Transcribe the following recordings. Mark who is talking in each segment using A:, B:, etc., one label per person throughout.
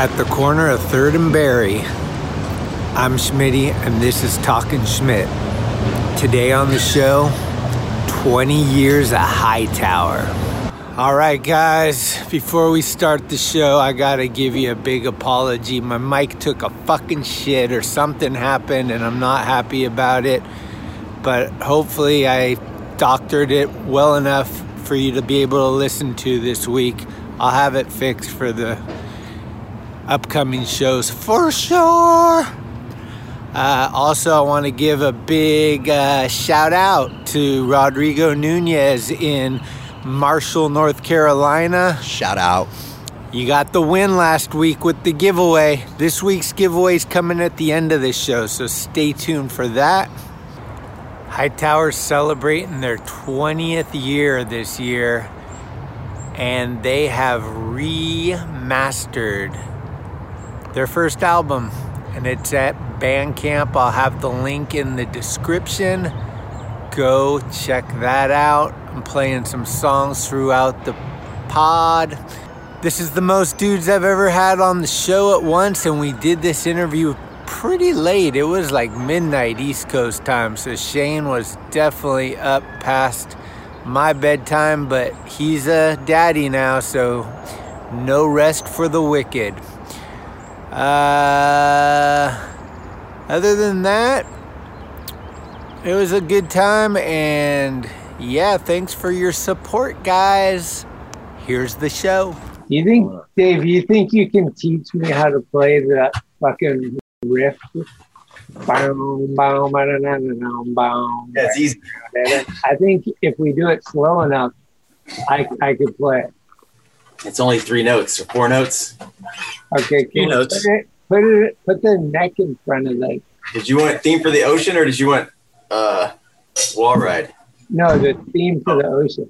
A: at the corner of Third and Berry. I'm Schmitty, and this is Talking Schmidt. Today on the show, 20 years at Hightower. All right, guys, before we start the show, I gotta give you a big apology. My mic took a fucking shit, or something happened, and I'm not happy about it. But hopefully, I doctored it well enough for you to be able to listen to this week. I'll have it fixed for the upcoming shows for sure. Uh, also, I want to give a big uh, shout out to Rodrigo Nunez in Marshall, North Carolina.
B: Shout out.
A: You got the win last week with the giveaway. This week's giveaway is coming at the end of this show, so stay tuned for that. Hightower's celebrating their 20th year this year, and they have remastered their first album, and it's at Bandcamp. I'll have the link in the description. Go check that out. I'm playing some songs throughout the pod. This is the most dudes I've ever had on the show at once, and we did this interview pretty late. It was like midnight East Coast time, so Shane was definitely up past my bedtime, but he's a daddy now, so no rest for the wicked. Uh, other than that, it was a good time, and yeah, thanks for your support, guys. Here's the show.
C: You think, Dave? You think you can teach me how to play that fucking riff? Boom, boom, ba-da-na-na-na, boom.
B: Yeah, it's easy.
C: I think if we do it slow enough, I I could play it.
B: It's only three notes or four notes.
C: Okay, can
B: You
C: you
B: know,
C: put
B: it's-
C: it, put it, put the neck in front of like
B: Did you want theme for the ocean or did you want uh, wall ride?
C: no, the theme for the ocean.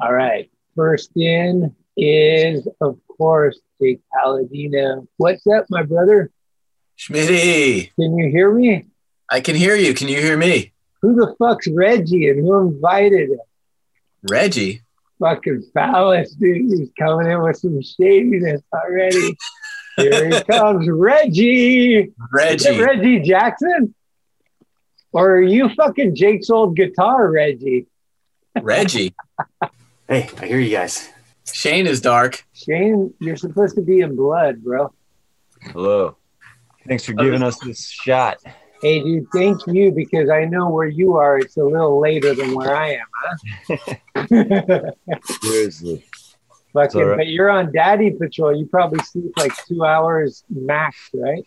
C: All right. First in is of course Jake Palladino. What's up, my brother?
B: Schmitty,
C: Can you hear me?
B: I can hear you. Can you hear me?
C: Who the fuck's Reggie and who invited him?
B: Reggie.
C: Fucking phallus, dude. He's coming in with some shadiness already. Here he comes, Reggie. Is it
B: Reggie.
C: Reggie Jackson? Or are you fucking Jake's old guitar, Reggie?
D: Reggie.
B: Hey, I hear you guys.
D: Shane is dark.
C: Shane, you're supposed to be in blood, bro.
E: Hello. Thanks for giving us this shot.
C: Hey, dude, thank you because I know where you are. It's a little later than where I am, huh?
E: Seriously.
C: fucking,
E: all right.
C: But you're on daddy patrol. You probably sleep like two hours max, right?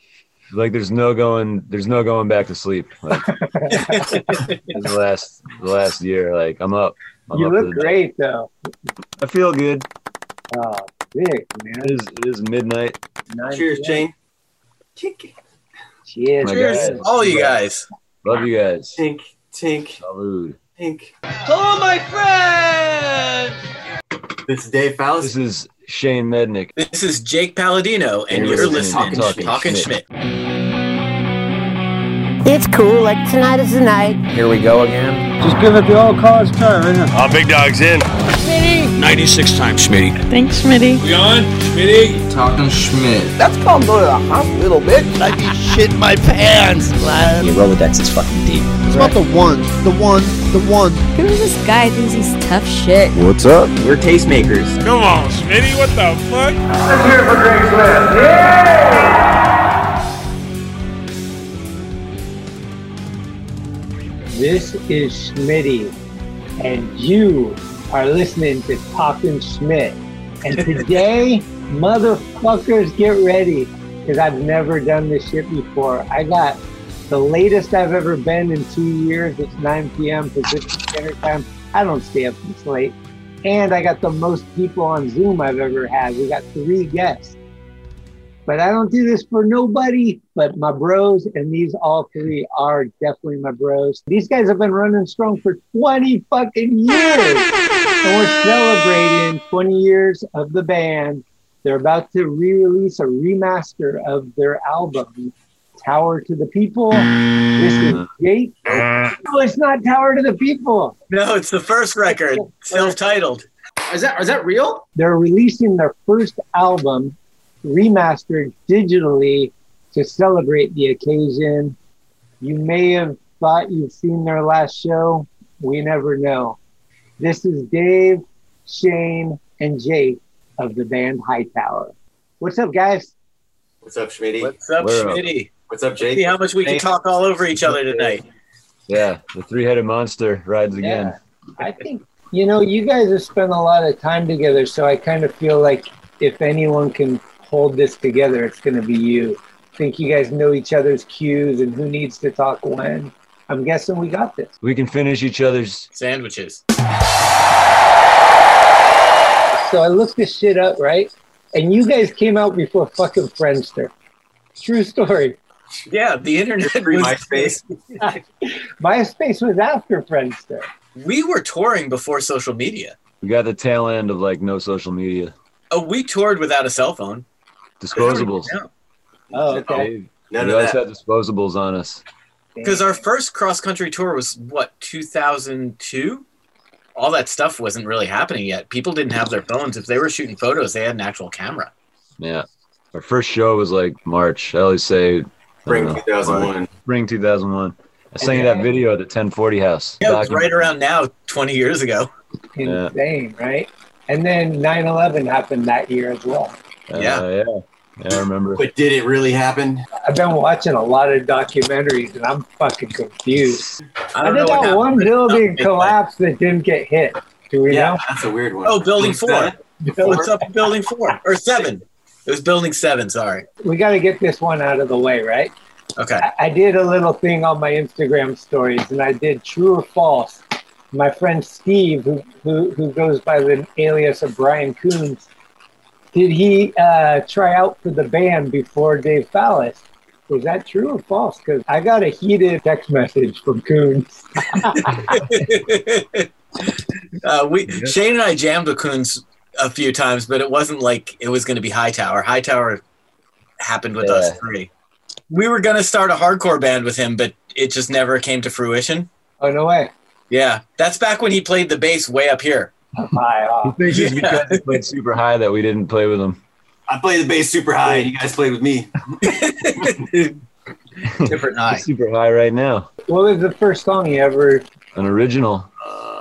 E: Like there's no going there's no going back to sleep. Like in the last the last year. Like I'm up. I'm
C: you
E: up for
C: look
E: the-
C: great, though.
E: I feel good.
C: Oh, sick, man.
E: It is it is midnight.
C: Nice.
B: Cheers, Shane.
C: Cheers.
E: My
D: Cheers,
E: guys.
D: all you guys.
E: Love you guys.
B: Tink, tink,
E: Salud.
B: tink.
F: Hello, my friend.
B: This is Dave
E: This
B: Fallis.
E: is Shane Mednick.
D: This is Jake Paladino, and
E: You're
D: you're listening
E: listening
D: to
E: to
D: Talking,
E: Talking
D: Schmidt.
G: It's cool, like tonight is the night.
A: Here we go again.
C: Just give it the all cause term, isn't it?
H: big dog's in. 96 times, Schmitty.
I: Thanks, Smitty.
F: I be shit my pants, lad.
J: Your Rolodex is fucking deep.
F: It's about the one, the one, the one.
I: Who's this guy who thinks he's tough shit?
D: We're tastemakers.
H: Come on, Schmitty, what the fuck?
C: This is Schmitty, and you are listening to Talking Schmidt. And today, motherfuckers, get ready because I've never done this shit before. I got the latest I've ever been in two years. It's 9 p.m. Pacific Standard Time. I don't stay up this late. And I got the most people on Zoom I've ever had. We got three guests. But I don't do this for nobody but my bros, and these all three are definitely my bros. These guys have been running strong for 20 fucking years. And we're celebrating 20 years of the band. They're about to re release a remaster of their album, Tower to the People. This is Jake. No, it's not Tower to the People.
D: No, it's the first record, self-titled.
J: Is that is that real?
C: they're releasing their first album remastered digitally to celebrate the occasion. You may have thought you've seen their last show. We never know. This is Dave, Shane, and Jake of the band Hightower. What's up, guys?
B: What's up, Schmitty?
D: What's up,
E: We're up.
D: Schmitty?
B: What's up,
D: See
B: Jake?
D: how much we can talk all over each other tonight.
E: Yeah, the three-headed monster rides again.
C: I think, you know, you guys have spent a lot of time together, so I kind of feel like if anyone can hold this together, it's going to be you. I think you guys know each other's cues and who needs to talk when. I'm guessing we got this.
E: We can finish each other's.
D: Sandwiches.
C: So I looked this shit up, right? And you guys came out before fucking Friendster. True story.
D: Yeah, the internet
B: Free
D: was-
B: MySpace.
C: MySpace was after Friendster.
D: We were touring before social media.
E: We got the tail end of like no social media,
D: Oh, we toured without a cell phone.
E: disposables.
C: Oh, okay.
E: Dave,
B: None
E: we
B: of
E: always
B: that.
E: had disposables on us.
D: Because our first cross-country tour was, what, 2002? All that stuff wasn't really happening yet. People didn't have their phones. If they were shooting photos, they had an actual camera.
E: Yeah, our first show was like March. I always say I don't
B: Spring
E: know,
B: 2001.
E: Spring 2001. I sang in that video at the 1040 house.
D: Yeah, it was
E: Document-
D: right around now, 20 years ago.
E: Yeah.
C: Insane, right? And then 9 11 happened that year as well.
E: Uh,
D: Yeah.
E: yeah. Yeah, I remember.
B: But did it really happen?
C: I've been watching a lot of documentaries and I'm fucking confused.
D: I
C: I,
D: don't know
C: did that
D: what happened,
C: one
D: but it's
C: building
D: something like-
C: collapse that didn't get hit. Do we
B: Yeah, that's a weird one.
D: Oh, building four.
B: seven?
D: It was up in building four or seven. It was building seven. Sorry.
C: know? We got to get this one out of the way, right?
D: Okay.
C: I, I did a little thing on my Instagram stories and I did true or false. My friend Steve, who, who, who goes by the alias of Brian Coons, did he uh, try out for the band before Dave Fallis? Was that true or false? Because I got a heated text message from Coons.
D: uh, we Shane and I jammed with Coons a few times, but it wasn't like it was going to be Hightower. Hightower happened with
E: Yeah.
D: us three. We were going to start a hardcore band with him, but it just never came to fruition.
C: Oh, no way.
D: Yeah, that's back when he played the bass way up here.
C: Hi, uh,
E: He thinks it's because he played super high that we didn't play with him.
B: I played the bass super high, and you guys played with me.
E: He's
D: Different high.
E: super high right now.
C: What was the first song you ever?
E: An original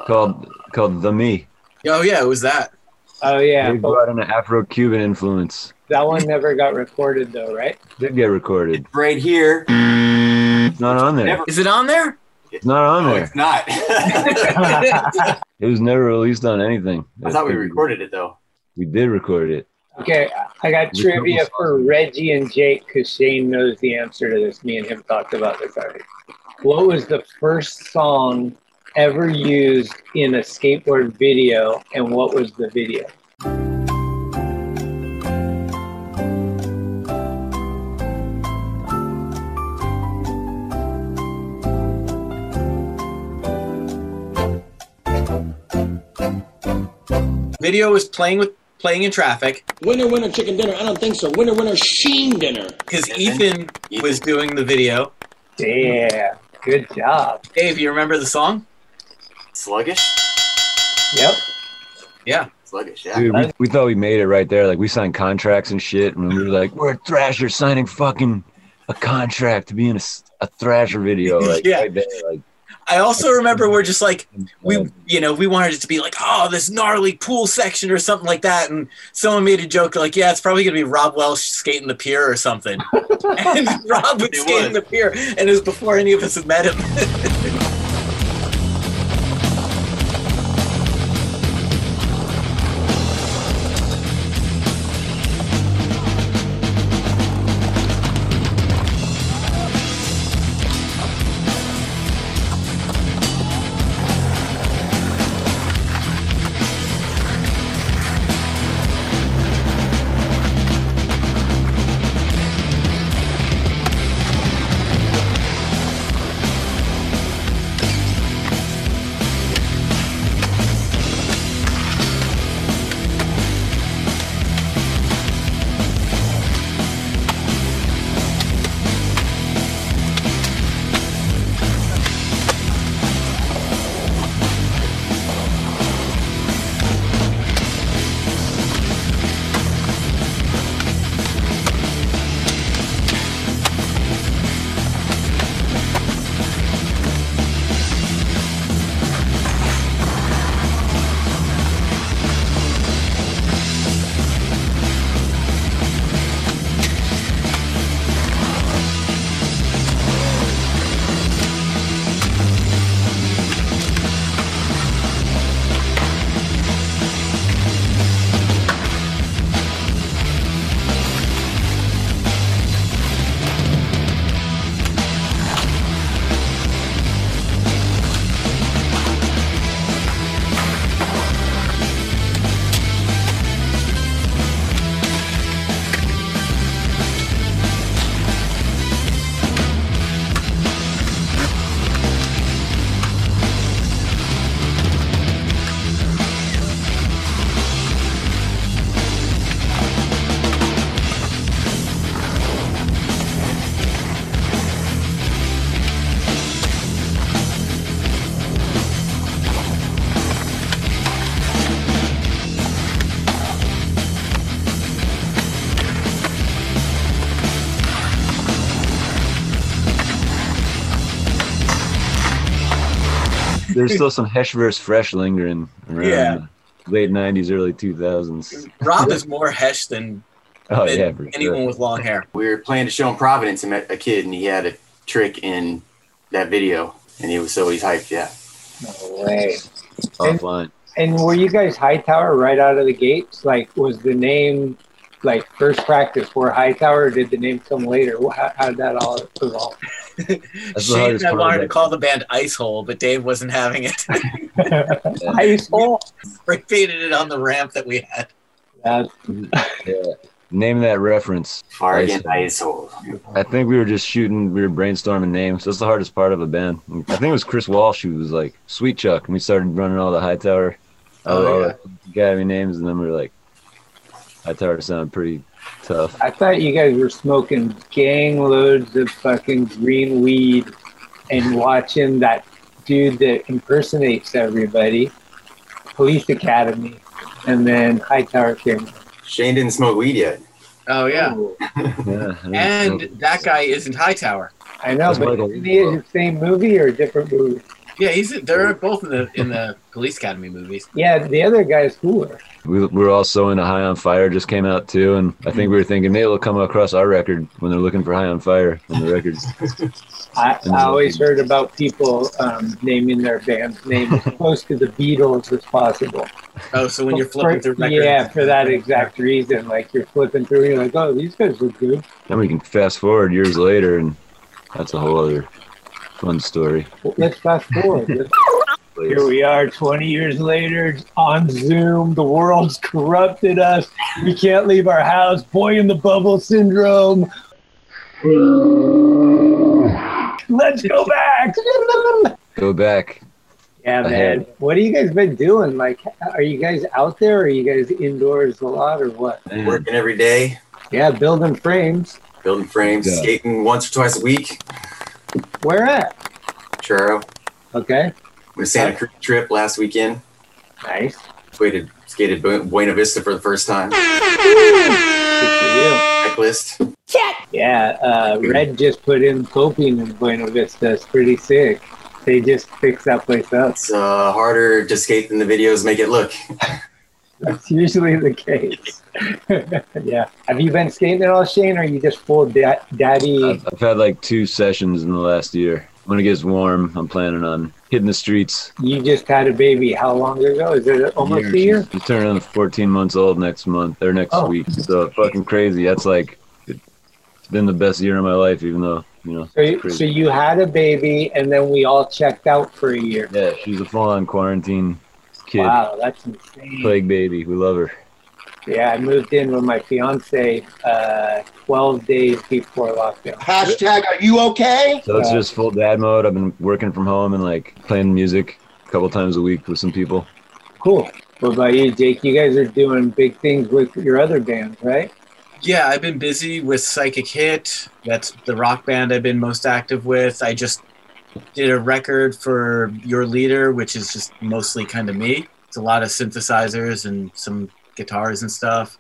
E: called called The Me.
D: Oh yeah, it was that.
C: Oh yeah,
E: They
C: but
E: brought in an Afro-Cuban influence.
C: that one never got recorded though, right?
E: Did get recorded.
B: Right here.
E: It's not on there.
B: Never-
D: Is it on there?
E: It's not on
B: No,
E: there.
B: it's not. I
E: It was never released on anything.
B: thought we recorded it though.
E: We did record it.
C: Okay, I got
E: We
C: trivia
E: couldn't-
C: for Reggie and Jake because Shane knows the answer to this. Me and him talked about this already. What was the first song ever used in a skateboard video, and what was the video?
D: Video was playing with playing in traffic.
K: Winner, winner, chicken dinner. I don't think so. Winner, winner, sheen dinner.
D: Because Ethan was doing the video.
C: Yeah, good job.
D: Dave, you remember the song?
B: Sluggish?
C: Yep.
D: Yeah.
B: Sluggish, yeah.
E: Dude, we, we thought we made it right there. Like we signed contracts and shit, and we were like, we're a Thrasher signing fucking a contract to be in a, s- a Thrasher video. Like,
D: Yeah.
E: right there, like
D: I also remember we're just like we you know, we wanted it to be like, oh, this gnarly pool section or something like that. And someone made a joke like, yeah, it's probably gonna be Rob Welsh skating the pier or something. and Rob was skating the pier and it was before any of us had met him.
E: there's still some Hesh versus Fresh lingering around
D: Yeah.
E: the late '90s, early 2000s.
D: Rob is more hesh than,
E: Oh
D: than
E: yeah, for
D: anyone
E: sure.
D: with long hair.
B: We were playing a show in Providence and met a kid, and he had a trick in that video, and he was so he's hyped. Yeah,
C: No way.
E: offline.
C: And were you guys Hightower right out of the gates? Like, was the name like first practice for Hightower, or did the name come later? Wh- How, how did that all evolve?
E: That's the
D: Shane
E: hardest
D: and I
E: part.
D: wanted to
E: about-
D: call the band Ice Hole, but Dave wasn't having it.
C: Ice Hole.
D: We painted it on the ramp that we had.
C: That's
E: Yeah. Name that reference.
B: Fargan
E: Ice.
B: asshole.
E: I think we were just shooting. We were brainstorming names. That's the hardest part of a band. I think it was Chris Walsh who was like Sweet Chuck, and we started running all the Hightower, all,
D: Oh,
E: all
D: yeah.
E: the Academy names, and then we were like, Hightower sounded pretty tough.
C: I thought you guys were smoking gang loads of fucking green weed and watching that dude that impersonates everybody, Police Academy, and then Hightower came.
B: Shane didn't smoke weed yet.
D: Oh yeah.
E: Yeah, I don't
D: And
E: know.
D: that guy isn't Hightower.
C: I know,
E: That's
C: but
E: Michael
C: isn't he in the same movie or a different movie?
D: Yeah, he's they're both in the in the police academy movies.
C: Yeah, the other guy's cooler.
E: we, we were also into High on Fire just came out too, and I think we were thinking maybe it'll come across our record when they're looking for High on Fire on the records.
C: I, I always heard about people um, naming their band's name as close to the Beatles as possible.
D: Oh, so when you're flipping through records.
C: yeah, for that exact reason. Like you're flipping through, you're like, oh, these guys look good.
E: Then we can fast forward years later, and that's a whole other fun story.
C: Let's fast forward. Let's- Here we are 20 years later on Zoom. The world's corrupted us. We can't leave our house. Boy in the bubble syndrome. Let's go back.
E: Go back
C: Yeah, man.
E: ahead.
C: What have you guys been doing? Like, are you guys out there? Or are you guys indoors a lot, or what?
B: Working every day,
C: Yeah, building frames.
B: building frames,
C: Yeah.
B: skating once or twice a week.
C: Where at?
B: Churro.
C: Okay.
B: Went to Santa Cruz trip last weekend.
C: Nice.
B: Waited, skated Bu- Buena Vista for the first time. Checklist.
C: Yeah, uh, Red just put in coping in Buena Vista. It's pretty sick. They just fixed that place up.
B: It's uh, harder to skate than the videos make it look.
C: That's usually the case. yeah. Have you been skating at all, Shane, or are you just full da- daddy?
E: I've had like two sessions in the last year. When it gets warm, I'm planning on hitting the streets.
C: You just had a baby. How long ago? Is it almost a year?
E: She's turning 14 months old next month or next
C: Oh.
E: week. So fucking crazy. That's like it's been the best year of my life, even though you know.
C: So,
E: it's
C: you- so
E: crazy.
C: you had a baby, and then we all checked out for a year.
E: Yeah, she's a full-on quarantine kid,
C: Wow, that's insane.
E: plague baby. We love her.
C: Yeah, I moved in with my fiance uh, 12 days before lockdown.
L: Hashtag, are you okay?
E: So it's just full dad mode. I've been working from home and like playing music a couple times a week with some people.
C: Cool. What about you, Jake? You guys are doing big things with your other band, right?
D: Yeah, I've been busy with Psychic Hit. That's the rock band I've been most active with. I just did a record for Your Leader, which is just mostly kind of me. It's a lot of synthesizers and some guitars and stuff.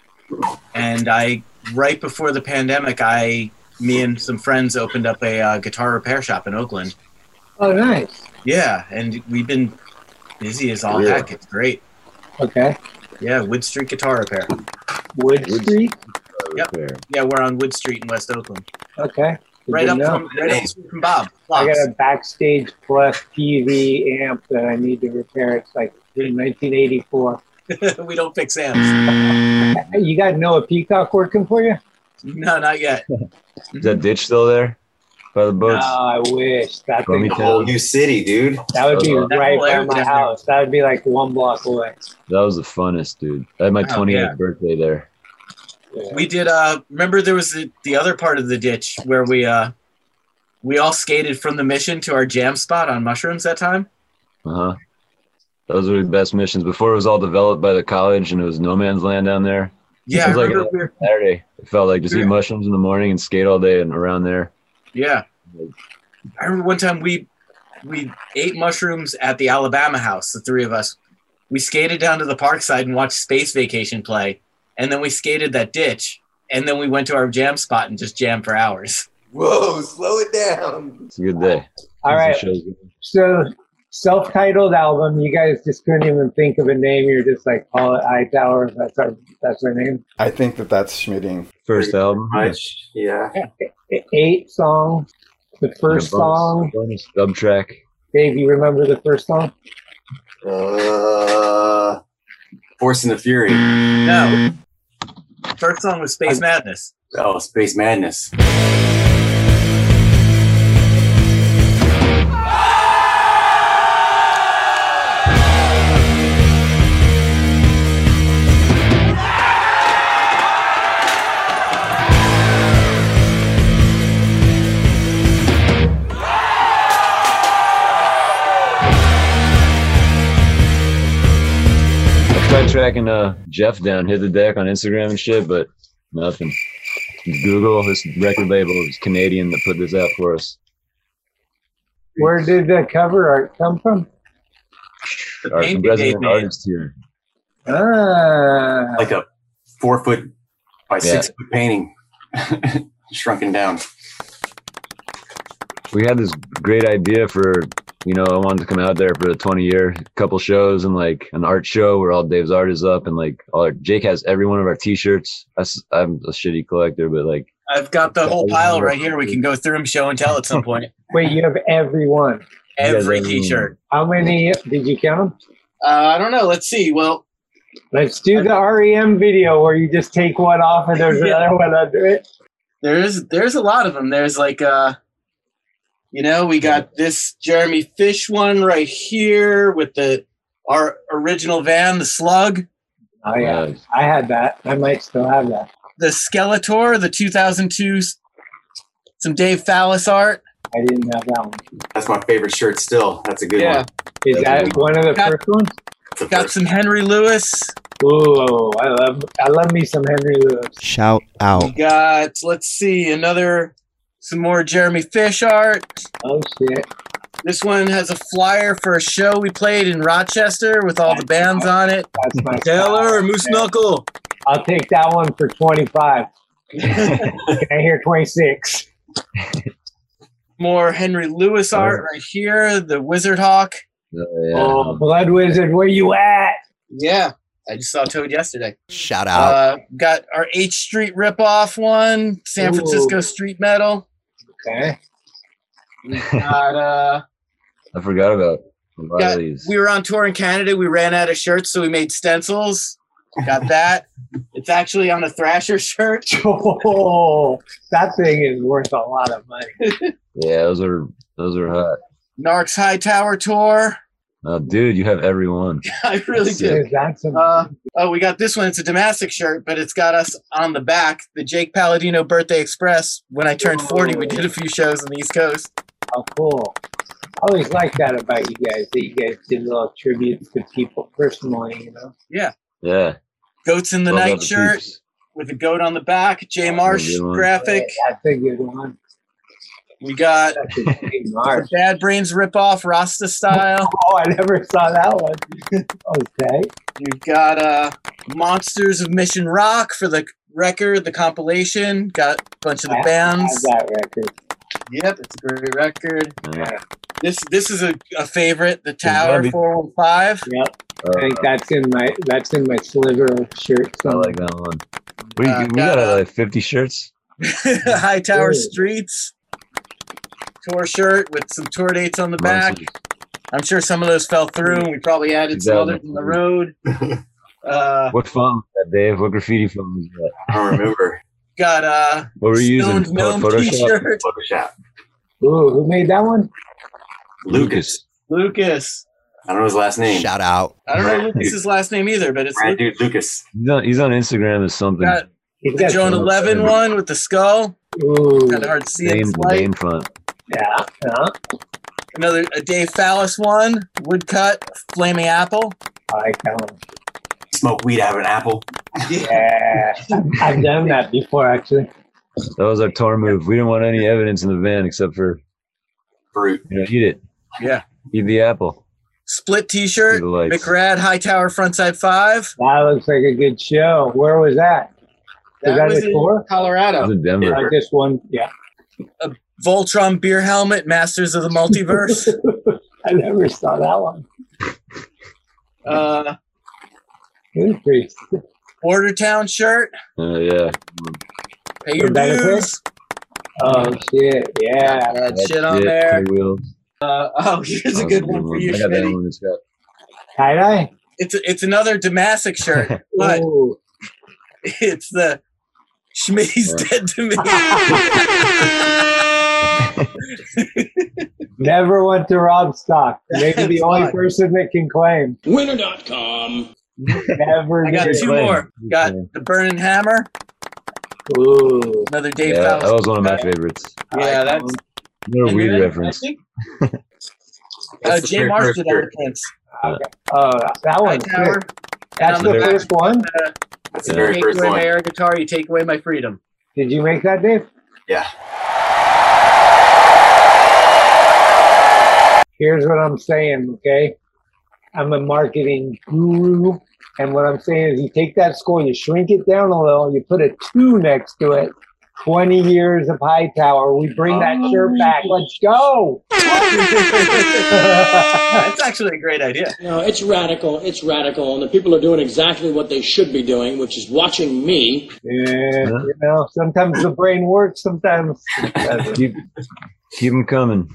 D: And I, right before the pandemic, I, me and some friends opened up a uh, guitar repair shop in Oakland.
C: Oh, nice.
D: Yeah, and we've been busy as all
C: Yeah.
D: heck. It's great.
C: Okay.
D: Yeah, Wood Street Guitar Repair.
C: Wood, Street?
D: Yep. Yeah, we're on Wood Street in West Oakland.
C: Okay. Good
D: Right
C: to
D: up,
C: know.
D: from, right up from Bob.
C: I got a Backstage Plus TV amp that I need to repair. It's like in 1984.
D: we don't fix amps.
C: You got Noah Peacock working for you?
D: No, not yet.
E: Is that ditch still there by the boats?
C: Mm-hmm. No, Ah, I wish. That
E: Let me
C: thing-
E: tell you. A whole new
B: city, dude.
C: That would be
E: That whole
C: right by
E: area
C: my
E: down
C: house. That would be like one block away.
E: That was the funnest, dude. I had my
D: Oh,
E: 28th
D: yeah.
E: birthday there.
D: We did. Uh, remember there was the, the other part of the ditch where we uh, we all skated from the mission to our jam spot on mushrooms that time.
E: Uh huh. Those were the best missions. Before it was all developed by the college and it was no man's land down there.
D: Yeah,
E: it
D: I
E: was like
D: remember we were-
E: a Saturday. It felt like just eat mushrooms in the morning and skate all day and around there.
D: Yeah. I remember one time we we ate mushrooms at the Alabama house, the three of us. We skated down to the park side and watched Space Vacation play, and then we skated that ditch, and then we went to our jam spot and just jammed for hours.
L: Whoa, slow it down.
E: It's a good day.
C: All right.
E: Those shows-
C: So, self-titled album. You guys just couldn't even think of a name. You're just like, call it Eye Tower. That's our that's our name.
L: I think that that's Schmitting.
E: First album.
B: Much, yeah.
C: E, Eight songs. The first
E: And a bonus-
C: song.
E: bonus dub track.
C: Dave, you remember the first song?
B: Uh, Force and the Fury.
D: No. First song was Space Madness.
B: Oh, Space Madness.
E: I tried tracking uh, Jeff down, hit the deck on Instagram and shit, but nothing. Google, this record label is Canadian that put this out for us.
C: Where did the cover art come from?
E: Our
C: painting
E: resident
C: they made.
E: artist here.
C: Ah,
B: Like a four foot by
E: Yeah.
B: six foot painting, shrunken down.
E: we had this great idea for you know i wanted to come out there for a 20 year couple shows and like an art show where all dave's art is up and like all our, jake has every one of our t-shirts I, am a shitty collector but like
D: I've got the whole pile right here. We can go through them, show and tell at some point.
C: wait, you have every one.
D: Every T-shirt.
C: How many did you count? 'em?
D: Uh, I don't know. Let's see. Well,
C: Let's do the REM video where you just take one off and there's
D: Yeah.
C: another one under it.
D: there's there's a lot of them. There's like uh, you know, we got this Jeremy Fish one right here with the our original van, the Slug,
C: Oh
E: uh,
C: yeah, I had that. I might still have that.
D: the Skeletor, the 2002, s- some Dave Fallis art.
C: I didn't have that one.
B: That's my favorite shirt still. That's a good
C: Yeah.
B: one.
C: Is
B: That's
C: that one of the first ones?
D: Got some Henry Lewis.
C: Ooh, I love I love me some Henry Lewis.
F: Shout out.
D: We got let's see another some more Jeremy Fish art.
C: Oh shit!
D: This one has a flyer for a show we played in Rochester with all the bands on it.
C: That's my
D: Taylor or Moose Knuckle.
C: I'll take that one for twenty five. Can I hear twenty six?
D: More Henry Lewis art right here. The Wizard Hawk.
C: Oh, Blood Wizard, where you at?
D: Yeah, I just saw Toad yesterday.
F: Shout
D: Uh, got our H Street ripoff one, San
C: Ooh.
D: Francisco street metal.
C: Okay.
D: Got, uh,
E: I forgot about a lot
D: got-
E: of these.
D: we were on tour in Canada. We ran out of shirts, so we made stencils. Got that. it's actually on a Thrasher shirt.
C: Oh, that thing is worth a lot of money.
E: Yeah, those are those are hot.
D: Narcs High Tower tour.
E: Oh, dude, you have every one.
D: I really
E: Sick.
D: did. Uh, oh, we got this one. It's a Damascus shirt, but it's got us on the back. The Jake Palladino Birthday Express. When I turned 40, we did a few shows on the East Coast.
C: Oh, cool. I always like that about you guys that you guys did little tributes to people personally. You know,
D: Yeah.
E: Yeah.
D: Goats in the
E: Love all
D: Night
E: the
D: shirt with a goat on the back. J. Marsh
E: good one.
D: graphic.
C: that's a good one.
D: We got
C: Marsh.
D: Bad Brains ripoff, Rasta style.
C: Oh, I never saw that one. okay.
D: We've got uh, Monsters of Mission Rock for the record, the compilation. Got a bunch of the
C: I-
D: bands.
C: I have that record.
D: Yep, it's a great record. This this is a, a favorite, the Tower oh
C: Zombie.
D: 415.
C: Yep. I think that's in my that's in my sliver shirt.
E: Oh, I like that one. We, we got uh, like 50 shirts.
D: High Tower
C: Ooh.
D: Streets. Tour shirt with some tour dates on the back. I'm sure some of those fell through and we probably added some others on the road. Uh,
E: What font was that, Dave? What graffiti font was that?
B: I don't remember.
D: got uh
E: What were you
D: Stoned
E: using? Oh,
D: Gnome
E: Photoshop?
D: t-shirt.
B: Photoshop.
C: Ooh, who made that one?
B: Lucas.
D: Lucas.
B: I don't know his last name.
F: Shout out.
D: I don't know
B: Brad
D: Lucas's last name either, but it's
B: Brad
D: Lucas.
B: dude Lucas.
E: He's on, he's on Instagram as something.
D: Got
C: He's
D: the
C: got
D: Joan
E: some-
D: 11 one with the skull.
C: Ooh,
D: Kind of hard to see in
E: Dane,
D: this
E: the
D: light.
E: Dane font.
C: yeah, yeah.
D: Another a Dave Fallis one, woodcut, flaming apple.
C: I like that one.
B: Smoke weed out of an apple.
C: Yeah, I've done that before actually.
E: That was our tour move. We didn't want any evidence in the van except for
B: fruit.
E: You know, eat it.
D: Yeah.
E: Eat the apple.
D: Split T-shirt,
E: See the lights.
D: McRad Hightower Frontside Five.
C: That looks like a good show. Where was that? Was that,
D: was
C: a
D: in
C: tour?
E: It was
D: Colorado.
E: in Denver.
C: I just one. Yeah,
D: Voltron beer helmet, Masters of the Multiverse.
C: I never saw that one.
D: uh,
C: It was pretty-
D: Border Town shirt.
E: Oh, yeah.
D: Pay your
C: For benefit?
D: dues.
C: Oh shit! Yeah,
D: That
E: That's
D: shit on
E: it.
D: there.
E: Hot Wheels.
D: Uh, oh, here's
E: That
D: a
E: was
D: good one for you,
E: I got that
D: Schmitty.
E: one. It's got
C: tie dye.
D: It's it's another Damasic shirt, but
C: Ooh.
D: it's the Schmitty's dead to me.
C: Never went to Rob Stock. Maybe the
D: That's
C: only
D: fine.
C: person that can claim.
K: Winner.com.
C: Never.
D: I got
C: did.
D: two more. Got the Burning Hammer,
C: Ooh.
D: another Dave
E: Yeah, oh, that
D: Fowles.
E: was one of my favorites.
D: Yeah, that's
E: Another
D: and
E: weed
D: then I
E: reference.
D: think, Uh,
B: That's the
D: Jay
B: very
D: Marsh
B: first
D: did
B: shirt.
D: Elephants.
C: Oh, that
D: High
C: one.
D: Tower.
C: That's
D: on
C: the
D: the back-
C: first one.
D: Uh,
B: That's the
E: Yeah.
B: very
D: take
B: first
D: away my
B: one.
D: air guitar, you take away my freedom.
C: Did you make that, Dave?
B: Yeah.
C: here's what I'm saying, okay? I'm a marketing guru. And what I'm saying is you take that score, you shrink it down a little, you put a two next to it. 20 years of Hightower. We bring that shirt back. Let's go.
D: That's actually a great idea.
K: No, it's radical. It's radical. And the people are doing exactly what they should be doing, which is watching me.
C: Yeah, you know, sometimes the brain works, sometimes it doesn't.
E: Keep, keep 'em coming.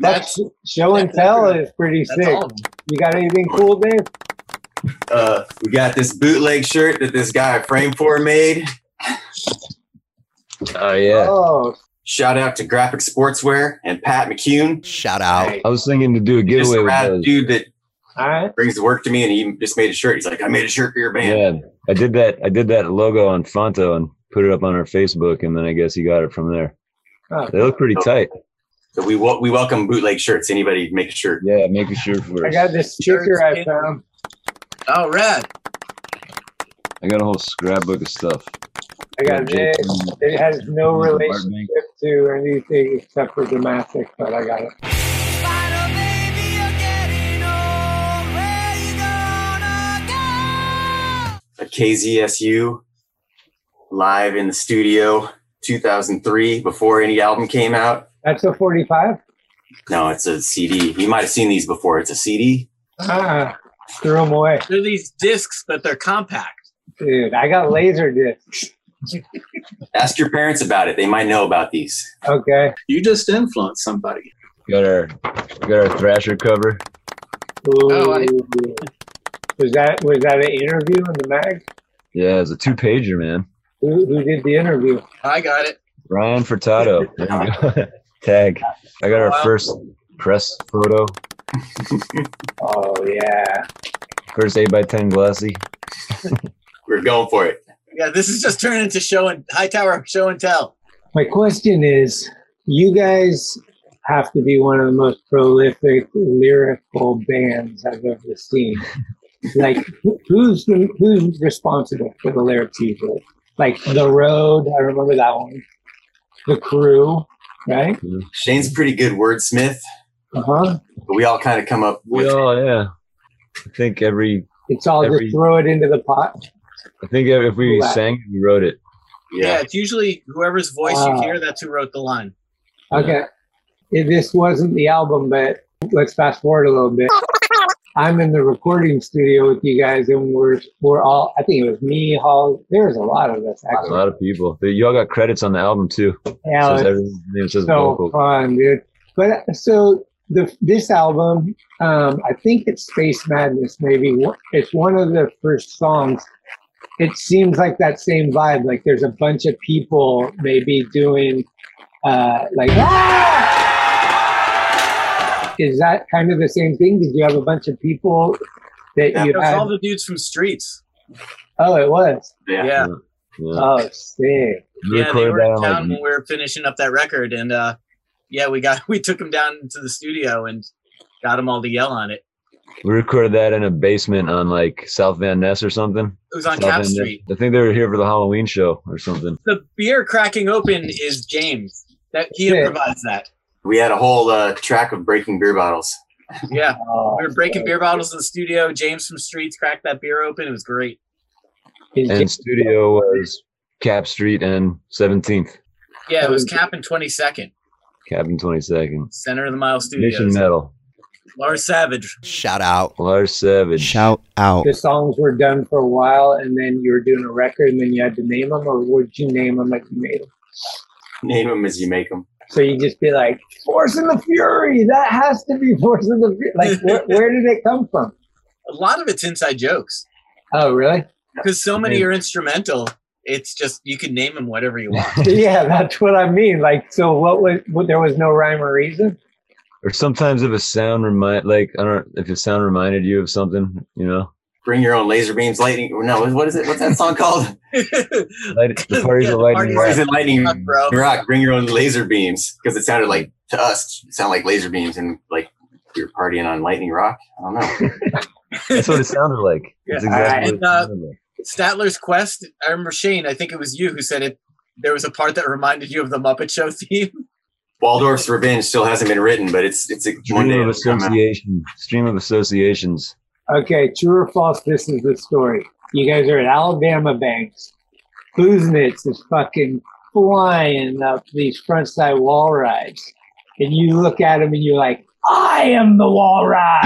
C: That's show and tell is pretty
D: That's
C: sick.
D: all. of them.
C: You got anything cool, Dave?
B: Uh, we got this bootleg shirt that this guy Frame Four made.
E: Oh, yeah.
C: Oh,
B: Shout out to Graphic Sportswear and Pat McCune.
F: Shout out.
E: I was thinking to do a
B: Just
E: giveaway
B: a
E: with
B: rad
E: those.
B: dude that
C: all right.
B: brings the work to me, and he just made a shirt. He's like, "I made a shirt for your band."
E: Yeah, I did that. I did that logo on Fonto and put it up on our Facebook, and then I guess he got it from there.
C: Oh.
E: They look pretty tight.
B: So we wel- we welcome bootleg shirts. Anybody make a shirt?
E: Yeah, make a shirt for
C: I
E: us.
C: got this sticker I found.
D: Oh, rad.
E: I got a whole scrapbook of stuff.
C: I got
E: Yeah, Mm-hmm.
C: this.
E: Jake.
C: It has no relationship to anything except for domestic, but I got it.
B: A KZSU live in the studio 2003 before any album came out.
C: That's a 45?
B: No, it's a CD. You might have seen these before. It's a CD.
C: Uh, threw them away.
D: They're these discs, but they're compact.
C: Dude, I got laser discs.
B: Ask your parents about it. They might know about these.
C: Okay.
D: You just influenced somebody.
E: Got our got our Thrasher cover.
C: Ooh. was that was that an interview in the mag?
E: Yeah, it's a two pager, man.
C: Who, who did the interview?
D: I got it.
E: Ryan Furtado. There you go. Tag. I got our first press photo.
C: Oh yeah.
E: First eight by ten glassy.
B: We're going for it.
D: Yeah, this is just turning into show and high tower show and tell.
C: My question is, you guys have to be one of the most prolific lyrical bands I've ever seen. like, who- who's the, who's responsible for the lyrics usually? Like the road, I remember that one. The crew, right?
B: Shane's a pretty good wordsmith,
C: Uh huh.
B: but we all kind of come up
E: We all Oh, yeah. I think every
C: It's all
E: Every-
C: just throw it into the pot.
E: I think if we
C: Right.
E: sang it, we wrote it.
D: Yeah, it's usually whoever's voice
C: Wow.
D: you hear, that's who wrote the line.
C: Okay. If this wasn't the album, but let's fast forward a little bit. I'm in the recording studio with you guys, and we're we're all. I think it was me, Hall. There was a lot of us
E: A
C: actually.
E: lot of people. They- Y'all got credits on the album too.
C: Yeah,
E: says
C: it's
E: everyone's name says
C: So
E: vocal.
C: fun, dude. But uh, so the this album, um, I think it's Space Madness. Maybe Wha- it's one of the first songs. It seems like that same vibe. Like there's a bunch of people maybe doing uh, like.
G: Ah!
C: Is that kind of the same thing? Did you have a bunch of people that
D: That
C: you
D: was
C: had?
D: all the dudes from Streets.
C: oh, it was.
B: Yeah.
D: Yeah,
C: Oh, sick.
E: We
D: Yeah, they
E: recorded
D: were
E: that
D: in
E: on
D: town
E: like
D: when we were finishing up that record, and uh, yeah, we got we took them down to the studio and got them all to yell on it.
E: we recorded that in a basement on like South Van Ness or something.
D: It was on
E: South Van
D: Cap
E: Ness.
D: Street.
E: I think they were here for the Halloween show or something.
D: The beer cracking open is James. That he improvised that.
B: We had a whole uh, track of breaking beer bottles.
D: Yeah,
C: Oh,
D: we were breaking beer bottles in the studio. James from Streets cracked that beer open. It was great.
C: Is
E: And studio was Cap Street and 17th,
D: Yeah, it was Cap and Twenty Second,
E: Cap and 22nd.
D: center of the mile
E: Mission
D: studios.
E: Metal.
D: Lars Savage.
F: Shout out.
E: Lars Savage.
F: Shout out.
C: the songs were done for a while and then you were doing a record and then you had to name them or would you name them like you made them?
B: Name them as you make them.
C: So you just be like, Force and the Fury, that has to be Force and the Fury. Like, where, where did it come from?
D: A lot of it's inside jokes
C: Oh, really?
D: because so many are instrumental. It's just you can name them whatever you want.
C: yeah, that's what I mean. Like, so what was, what, there was no rhyme or reason?
E: Or sometimes if a sound remind, like I don't, if a sound reminded you of something, you know,
B: Bring your own laser beams, lightning. No, what is it? What's that song called?
E: Light, the party's a lightning
B: Parties
E: round.
B: and lightning
D: Fuck, bro.
B: rock. Bring your own laser beams because it sounded like to us it sounded like laser beams and like we were partying on lightning rock. I don't know.
E: That's what it sounded like.
D: Yeah.
E: That's exactly
D: And,
E: what it
D: uh,
E: sounded like.
D: Statler's Quest. I remember Shane. I think it was you who said it. There was a part that reminded you of the Muppet Show theme.
B: Waldorf's Revenge still hasn't been written, but it's it's a one day
E: Stream of
B: it'll come out.
E: association. Stream of associations.
C: Okay, true or false, this is the story. You guys are at Alabama Banks. Kuznets is fucking flying up these frontside wall rides. And you look at him and you're like, I am the wall ride.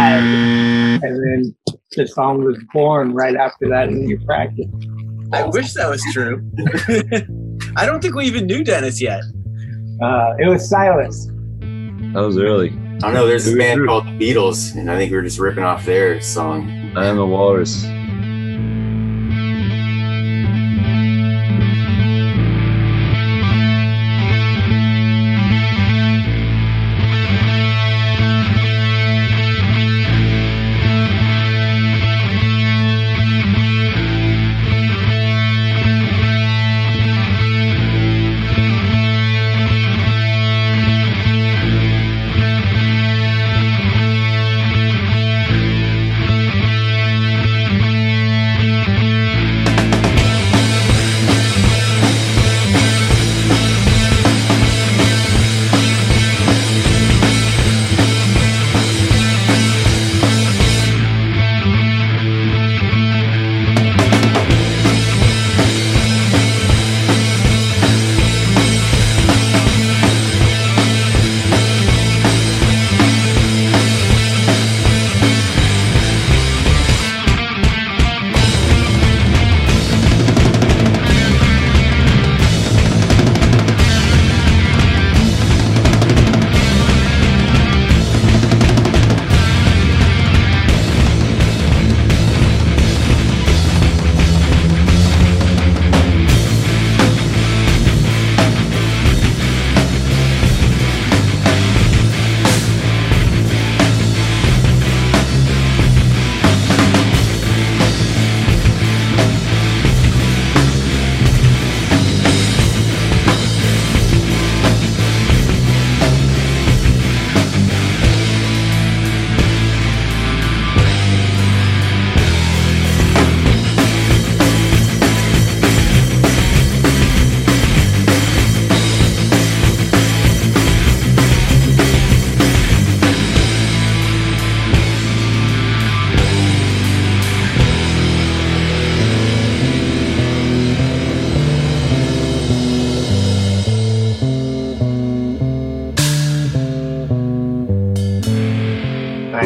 C: And then the song was born right after that in your practice.
D: I wish that was true. I don't think we even knew Dennis yet.
C: Uh, it was Silas.
E: That was early.
B: I don't know. There's this band called The Beatles, and I think we were just ripping off their song.
E: I am a walrus.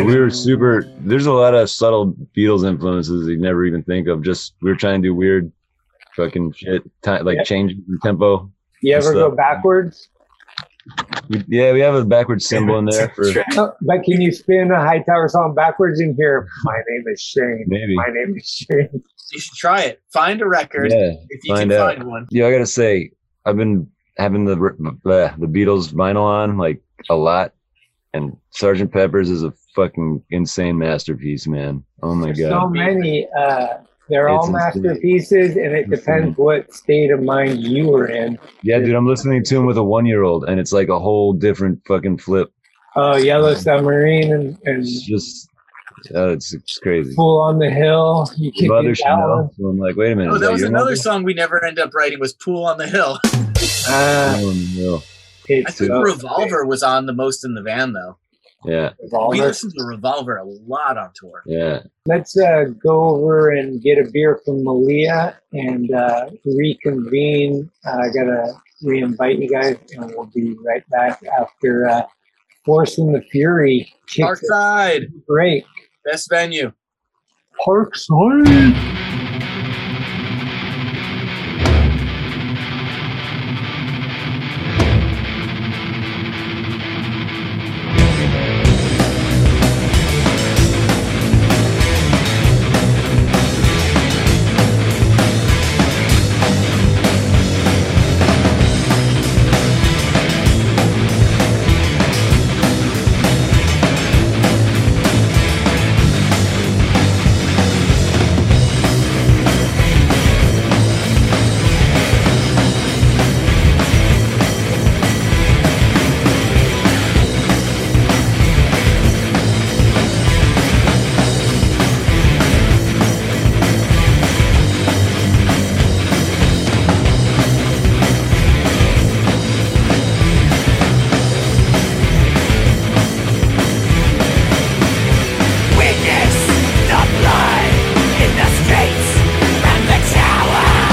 E: we were super. There's a lot of subtle Beatles influences you never even think of. Just we were trying to do weird, fucking shit, ti like
C: Yeah.
E: change in tempo.
C: You ever
E: Stuff.
C: go backwards?
E: We, yeah, we have a backwards symbol in there for
C: No, but can you spin a Hightower song backwards in here? My name is Shane.
E: Maybe.
C: My name is Shane.
D: You should try it. Find a record
E: yeah.
D: if you can find one.
E: Yeah, I gotta say, I've been having the bleh, the Beatles vinyl on like a lot, and Sergeant Pepper's is a fucking insane masterpiece, man. Oh my god.
C: So many. Uh, they're all
E: It's insane.
C: masterpieces, and it depends what state of mind you were in.
E: Yeah, dude, I'm listening to him with a one year old, and it's like a whole different fucking flip.
C: Oh, Yellow Submarine and, and
E: It's just, uh, it's, it's crazy.
C: Fool on the Hill. You can't
E: Mother
C: get that one.
E: Chanel. So I'm like, wait a minute.
D: Oh,
E: is
D: that was
E: your
D: another
E: number?
D: song we never end up writing was "Pool on the Hill."
C: Uh,
E: Oh, no.
D: I think Revolver was on the most in the van though.
E: Yeah,
D: We
C: Revolver.
D: listened to Revolver a lot on tour.
E: yeah.
C: Let's uh, go over and get a beer from Malia and uh, reconvene. Uh, I gotta re-invite you guys, and we'll be right back after uh, Force and the Fury kicks
D: Parkside,
C: break.
D: best venue.
C: Parkside.
M: Witness the blood in the streets and the tower.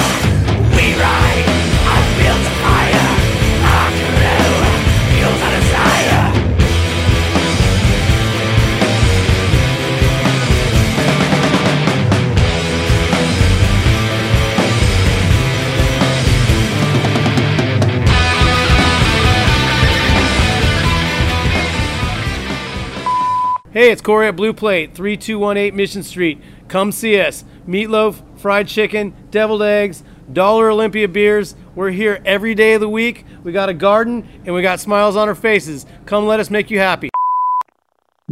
M: We ride our wheels of fire. Our crew fuels our desire.
N: Hey, it's Corey at Blue Plate, 3218 Mission Street. Come see us. Meatloaf, fried chicken, deviled eggs, Dollar Olympia beers. We're here every day of the week. We got a garden and we got smiles on our faces. Come let us make you happy.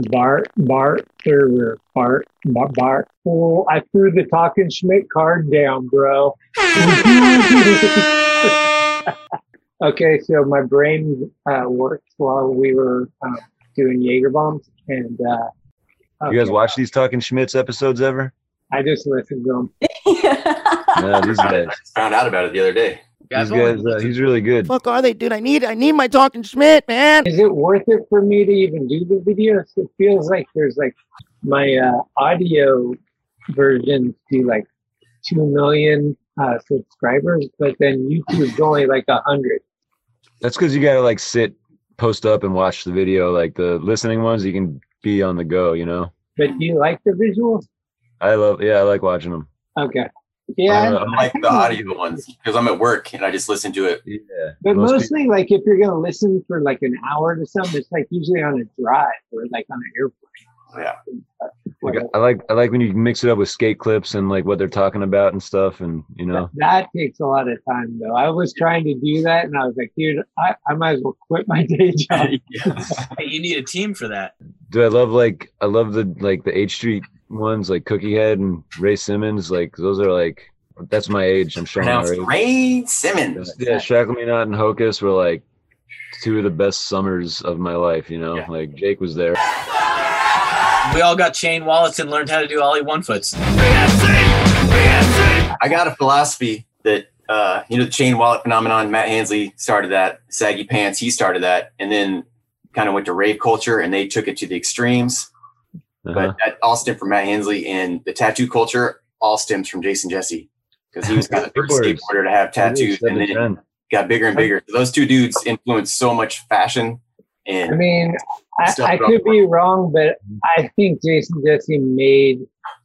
C: Bart, Bart, Thurber, Bart, Bart, Bart. Oh, I threw the talking Schmidt card down, bro. okay, so my brain uh, worked while we were um, doing Jaeger bombs, and uh,
D: Oh,
E: You guys watch these Talking Schmitz episodes ever?
C: I just listened to them.
E: No, these guys.
B: Found out about it the other day.
E: These guys, uh, he's really good.
F: Fuck are they, dude? I need, I need my talking Schmidt, man.
C: Is it worth it for me to even do the videos? It feels like there's like my uh, audio versions do like two million uh, subscribers, but then YouTube's only like a hundred.
E: That's because you gotta like sit, post up, and watch the video. Like the listening ones, you can be on the go. You know,
C: But do you like the visuals?
E: I love. Yeah, I like watching them.
C: Okay. Yeah.
E: Uh,
B: I like the audio ones because I'm at work and I just listen to it.
E: Yeah.
C: But mostly, like, if you're going to listen for like an hour to something, it's like usually on a drive or like on an airplane.
B: Yeah.
E: Like, I like I like when you mix it up with skate clips and like what they're talking about and stuff, and you know.
C: That takes a lot of time, though. I was trying to do that and I was like, dude, I, I might as well quit my day job.
D: Hey, you need a team for that.
E: Do I love like I love the like the H Street ones like Cookie Head and Ray Simmons? Like those are like that's my age. I'm showing my
B: Pronounced
E: age.
B: Ray Simmons.
E: Yeah, Shackle Me Not and Hocus were like two of the best summers of my life. You know, like Jake was there.
D: We all got chain wallets and learned how to do ollie one foots.
B: I got a philosophy that uh, you know the chain wallet phenomenon. Matt Hansley started that. Saggy pants. He started that, and then kind of went to rave culture, and they took it to the extremes.
E: Uh-huh.
B: But that all stemmed from Matt Hansley, and the tattoo culture all stems from Jason Jesse because he was kind of the first
E: Skateboarders.
B: skateboarder to have tattoos, and then it got bigger and bigger. Those two dudes influenced so much fashion,
C: I
B: and
C: mean, I,
B: Stuff
C: I
B: it up.
C: could be wrong, but I think Jason Jesse made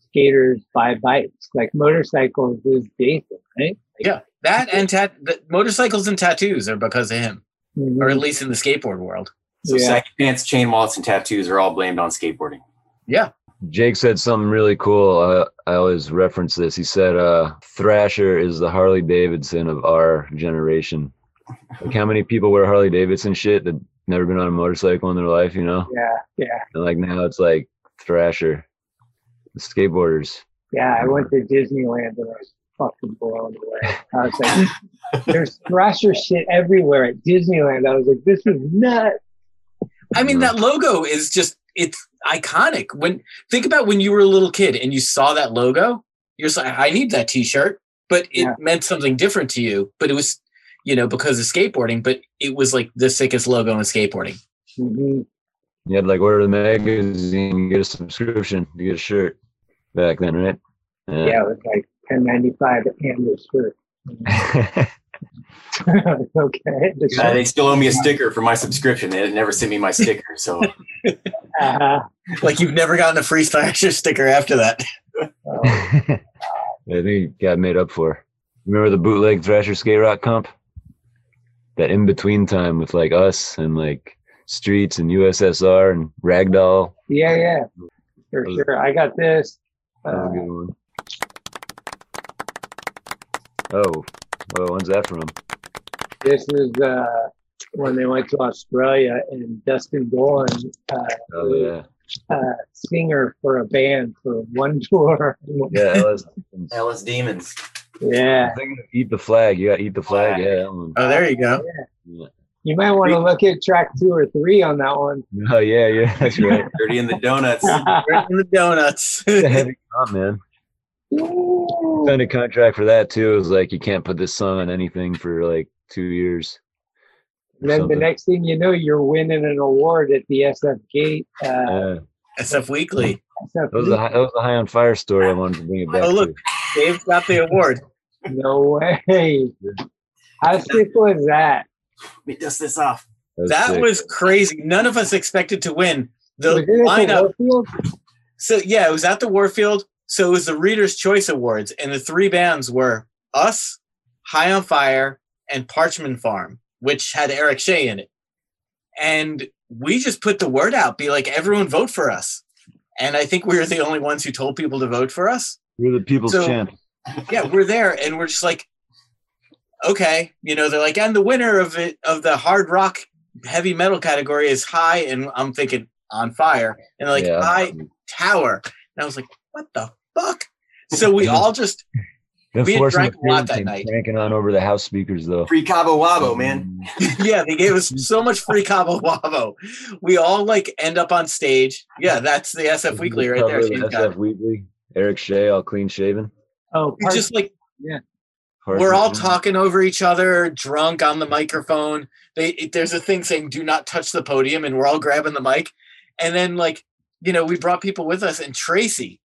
C: skaters buy bikes, like motorcycles is Jason, right?
D: Yeah, that and tat- the motorcycles and tattoos are because of him,
C: Mm-hmm.
D: or at least in the skateboard world.
B: So
D: Yeah.
B: saggy pants, chain wallets, and tattoos are all blamed on skateboarding.
D: Yeah.
E: Jake said something really cool. Uh, I always reference this. He said, uh, Thrasher is the Harley Davidson of our generation. Like, how many people wear Harley Davidson shit that never been on a motorcycle in their life, you know?
C: Yeah, yeah,
E: And like now it's like Thrasher, the skateboarders.
C: yeah. I went to Disneyland and I was fucking blown away. I was like, there's thrasher shit everywhere at Disneyland. I was like, this is nuts.
D: I mean, that logo is just it's iconic. When think about when you were a little kid and you saw that logo, you're just like, I need that T-shirt, but it meant something different to you. But it was, you know, because of skateboarding. But it was like the sickest logo in skateboarding.
C: Mm-hmm.
E: You had like order the magazine, get a subscription, you get a shirt back then, right?
C: Yeah, it was like ten ninety five and the shirt. okay. the
B: Uh, they
C: shirt.
B: still owe me a sticker for my subscription. They never sent me my sticker, so
C: Uh-huh.
D: like you've never gotten a free Thrasher sticker after that.
E: I think it got made up for. Remember the bootleg Thrasher skate rock comp? That in between time with like us and like Streets and USSR and Ragdoll.
C: Yeah, yeah. For sure. I got this. Uh,
E: That was a good one. Oh, well, when's that from?
C: This is uh, when they went to Australia and Dustin Dolan, uh,
E: Oh yeah,
C: uh, singer for a band for one tour.
E: yeah. LS,
B: LS Demons.
C: Yeah.
E: I'm thinking of eat the flag. You got eat the flag. Yeah, that one.
D: Oh, there you go.
E: Yeah.
C: You might want to look at track two or three on that one.
E: Oh yeah, yeah. That's right.
B: Dirty in the donuts.
D: the donuts.
E: It's a heavy comp, man. Signed a contract for that too. It was like you can't put this song on anything for like two years.
C: And then the
E: Something.
C: next thing you know, you're winning an award at the SF Gate. Uh,
E: Yeah.
D: SF Weekly.
C: SF
E: That was a high, that was a high on fire story. I wanted to bring it back.
D: Oh look, Dave's got the award.
C: No way. How sick was that?
B: Let me dust this off.
E: That,
D: was,
B: sick.
D: crazy. None of us expected to win.
C: Was
D: The
C: it at the
D: lineup. so yeah, it was at the Warfield. So it was the Reader's Choice Awards, and the three bands were Us, High on Fire, and Parchment Farm, which had Eric Shea in it. And we just put the word out, be like, everyone vote for us. And I think we were the only ones who told people to vote for us.
E: We're the people's
D: So-
E: champ.
D: yeah, we're there, and we're just like, okay, you know, they're like, and the winner of it of the hard rock heavy metal category is high, and I'm thinking on fire, and they're like
M: Yeah.
D: high tower, and I was like, what the fuck? So we all just
E: The
D: we had
E: force of
D: drank a lot that
E: opinion
D: night.
E: Cranking on over the house speakers though.
B: Free Cabo Wabo, man.
D: yeah, they gave us so much free Cabo Wabo. We all like end up on stage. Yeah, that's the
E: Mm-hmm.
D: SF Weekly right there.
E: Cover of
D: Shane's got
E: SF
D: it.
E: Weekly. Eric Shea, all clean shaven.
C: Oh,
D: We just like
C: yeah.
D: we're all talking over each other, drunk on the microphone. They it- there's a thing saying "do not touch the podium," and we're all grabbing the mic. And then, like you know, we brought people with us, and Tracy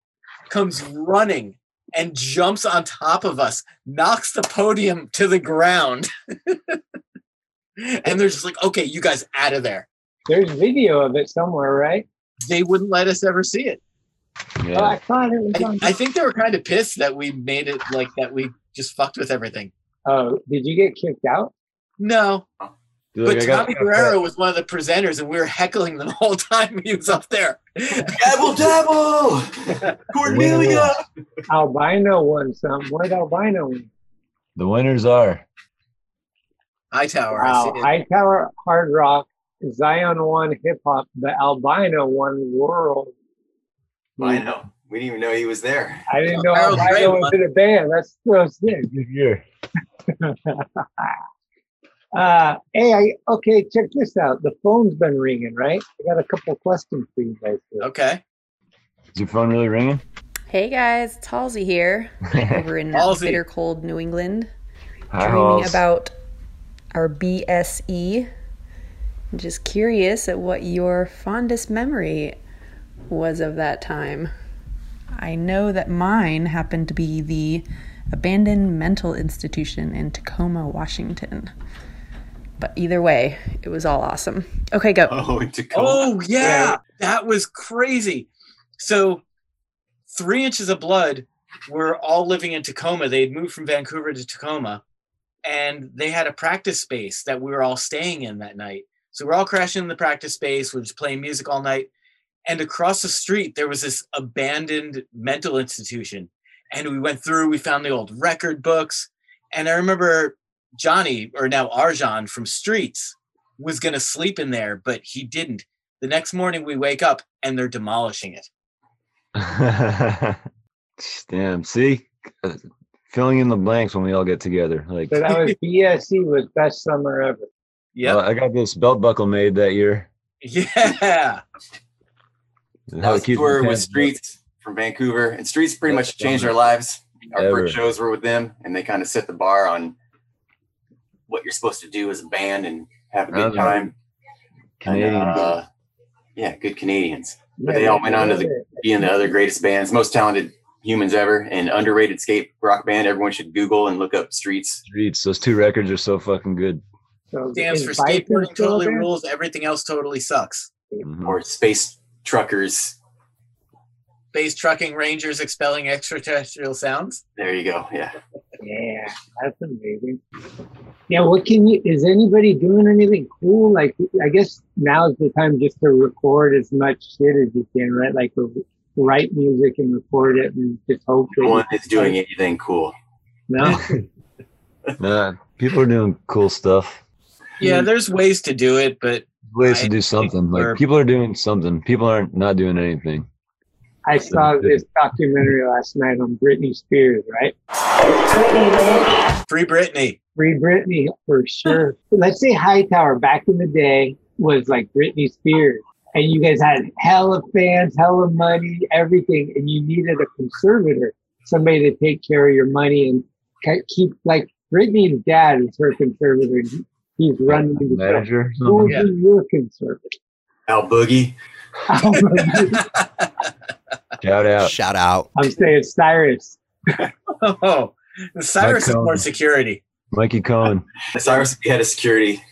D: comes running and jumps on top of us, knocks the podium to the ground, and they're just like, "Okay, you guys out of there."
C: There's video of it somewhere, right?
D: They wouldn't let us ever see it.
C: Oh, I thought it was
D: I,
C: on.
D: I think they were kind of pissed that we made it like that. We just fucked with everything.
C: oh, did you get kicked out?
D: No,
E: Dude,
D: But
E: like, I got-
D: Tommy Guerrero was one of the presenters, and we were heckling them the whole time he was up there.
B: Dabble, dabble, Cornelia.
C: Albino won some. What albino won?
E: The winners are
D: Hightower. Oh, I
C: Wow.
D: see it.
C: Hightower Hard Rock, Zion won hip hop, but albino won world.
B: I know. We didn't even know he was there.
C: I didn't know
B: Harold Gray
C: albino was
B: won.
C: in a band. That's so sick.
E: year.
C: Uh, hey, I, okay, check this out. The phone's been ringing, right? I got a couple questions for you guys. here.
D: Okay.
E: Is your phone really ringing?
O: Hey guys, it's Halsey here. Over in uh,
E: Halsey.
O: bitter cold New England.
E: Hi,
O: dreaming
E: Halls.
O: about our BSE. I'm just curious at what your fondest memory was of that time. I know that mine happened to be the abandoned mental institution in Tacoma, Washington. But either way, it was all awesome. Okay, go.
B: Oh,
D: Oh yeah, that was crazy. So, three inches of blood were all living in Tacoma. They had moved from Vancouver to Tacoma, and they had a practice space that we were all staying in that night. So we're all crashing in the practice space. We're just playing music all night, and across the street there was this abandoned mental institution. And we went through. We found the old record books, and I remember Johnny, or now Arjan from Streets, was going to sleep in there, but he didn't. The next morning we wake up and they're demolishing it.
E: Damn. See, Uh, filling in the blanks when we all get together. Like,
C: So that was BSE was best summer ever.
D: yeah,
E: I got this belt buckle made that year.
D: Yeah.
B: That was a
E: cute
B: tour
E: you
B: with
E: can.
B: Streets from Vancouver, and Streets pretty much changed our lives. Our first shows were with them, and they kind of set the bar on what you're supposed to do as a band and have a good
E: Rather
B: time.
E: Canadian.
B: uh, yeah, good Canadians. But
E: Yeah,
B: they all went on to
E: they
B: the, be in the other greatest bands, most talented humans ever, and underrated skate rock band. Everyone should Google and look up Streets.
E: Streets. Those two records are so fucking good.
D: Stands for
B: is Viking
D: skateboarding
B: still
D: totally
B: there?
D: rules. Everything else totally sucks.
E: Hmm.
B: Or Space Truckers.
D: Base trucking rangers expelling extraterrestrial sounds.
B: There you go. Yeah.
C: Yeah, that's amazing. Yeah, what can you? Is anybody doing anything cool? Like, I guess now's the time just to record as much shit as you can, right? Like, re- write music and record it, and just hope. that
B: No
C: you-
B: one is doing anything cool.
C: No.
E: Nah, people are doing cool stuff.
D: Yeah, there's ways to do it, but
E: Ways to do something.
D: we're-
E: Like people are doing something. People aren't not doing anything.
C: I saw this documentary last night on Britney Spears, right?
D: Free Britney.
C: Free Britney for sure. Let's say Hightower back in the day was like Britney Spears. And you guys had hella fans, hella money, everything, and you needed a conservator, somebody to take care of your money and ke- keep like Britney's dad is her conservator. and he- He's running the show.
E: manager or
C: Who would
E: something?
C: be your conservator?
B: Al Boogie.
E: Shout out.
P: Shout out.
C: I'm saying Cyrus.
D: oh, Cyrus is
E: Cohen.
D: more security.
E: Mikey Cohen.
B: Cyrus would be head of security.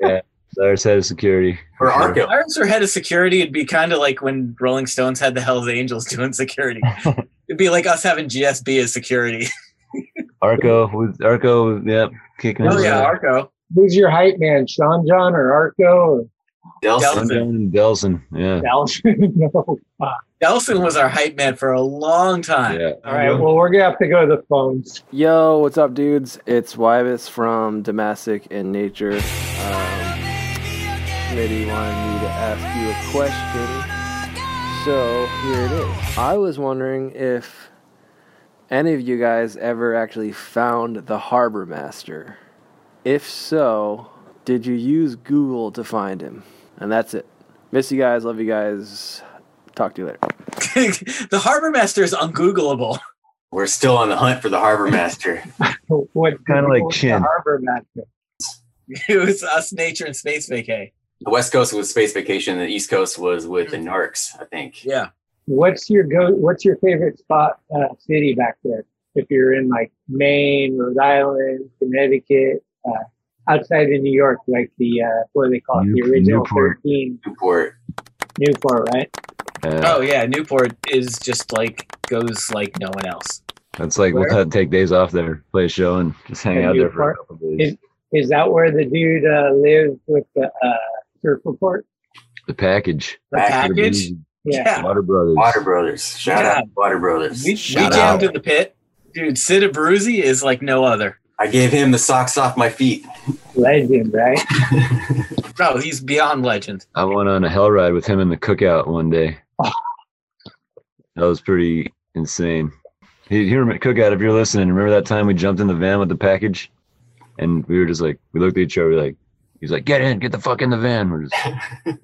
E: yeah. Cyrus head of security.
B: Or
E: Arco.
D: Cyrus or head of security would be kind of like when Rolling Stones had the Hell's Angels doing security. It'd be like us having GSB as security.
E: Arco with Arco, yep, kicking
D: oh
E: his
D: yeah,
E: ass.
D: Arco.
C: Who's your hype man? Sean John or Arco?
E: Delson. Delson, yeah.
C: Or Dalton? no. fuck.
D: Delson was our hype man for a long time.
C: All right. Well, we're gonna have to go to the phones.
Q: Yo, what's up, dudes? It's Wybus from Domestic in Nature. Um, Smitty wanted me to ask you a question. So here it is. I was wondering if any of you guys ever actually found the Harbor Master. If so, did you use Google to find him? And that's it. Miss you guys. Love you guys. Talk to you later.
D: the Harbor Master is ungoogleable.
B: We're still on the hunt for the harbor master.
C: What
E: kind of
B: like Chin.
C: Harbor Master.
D: It was us, nature, and space vacay.
B: The West Coast was Space Vacation. The East Coast was with the Narcs, I think.
D: Yeah.
C: What's your go? What's your favorite spot uh, city back there? If you're in like Maine, Rhode Island, Connecticut, uh, outside of New York, like the uh, what do they call it? The
D: New-
C: original
D: Newport.
C: thirteen,
B: Newport.
C: Newport, right?
E: Yeah,
D: oh yeah, Newport is just like goes like no one else.
E: that's like
C: Where?
E: we'll t- take days off there, play a show, and just hang
C: In
E: out there for a
C: Newport.
E: couple days.
C: Is is that where the dude uh, lives with the uh, surf report?
E: the package,
D: The package? Yeah.
E: Water Brothers,
B: Water Brothers. Shout
D: Yeah.
B: out, Water Brothers.
D: We, we jammed in the pit, dude. Sid Abruzzi is like no other.
B: I gave him the socks off my feet.
C: Legend, right?
D: Bro, he's beyond legend.
E: I went on a hell ride with him in the cookout one day. that was pretty insane. He, he remember, cookout, if you're listening, remember that time we jumped in the van with the package, and we were just like, we looked at each other, we're like, he's like, get in, get the fuck in the van. We're just,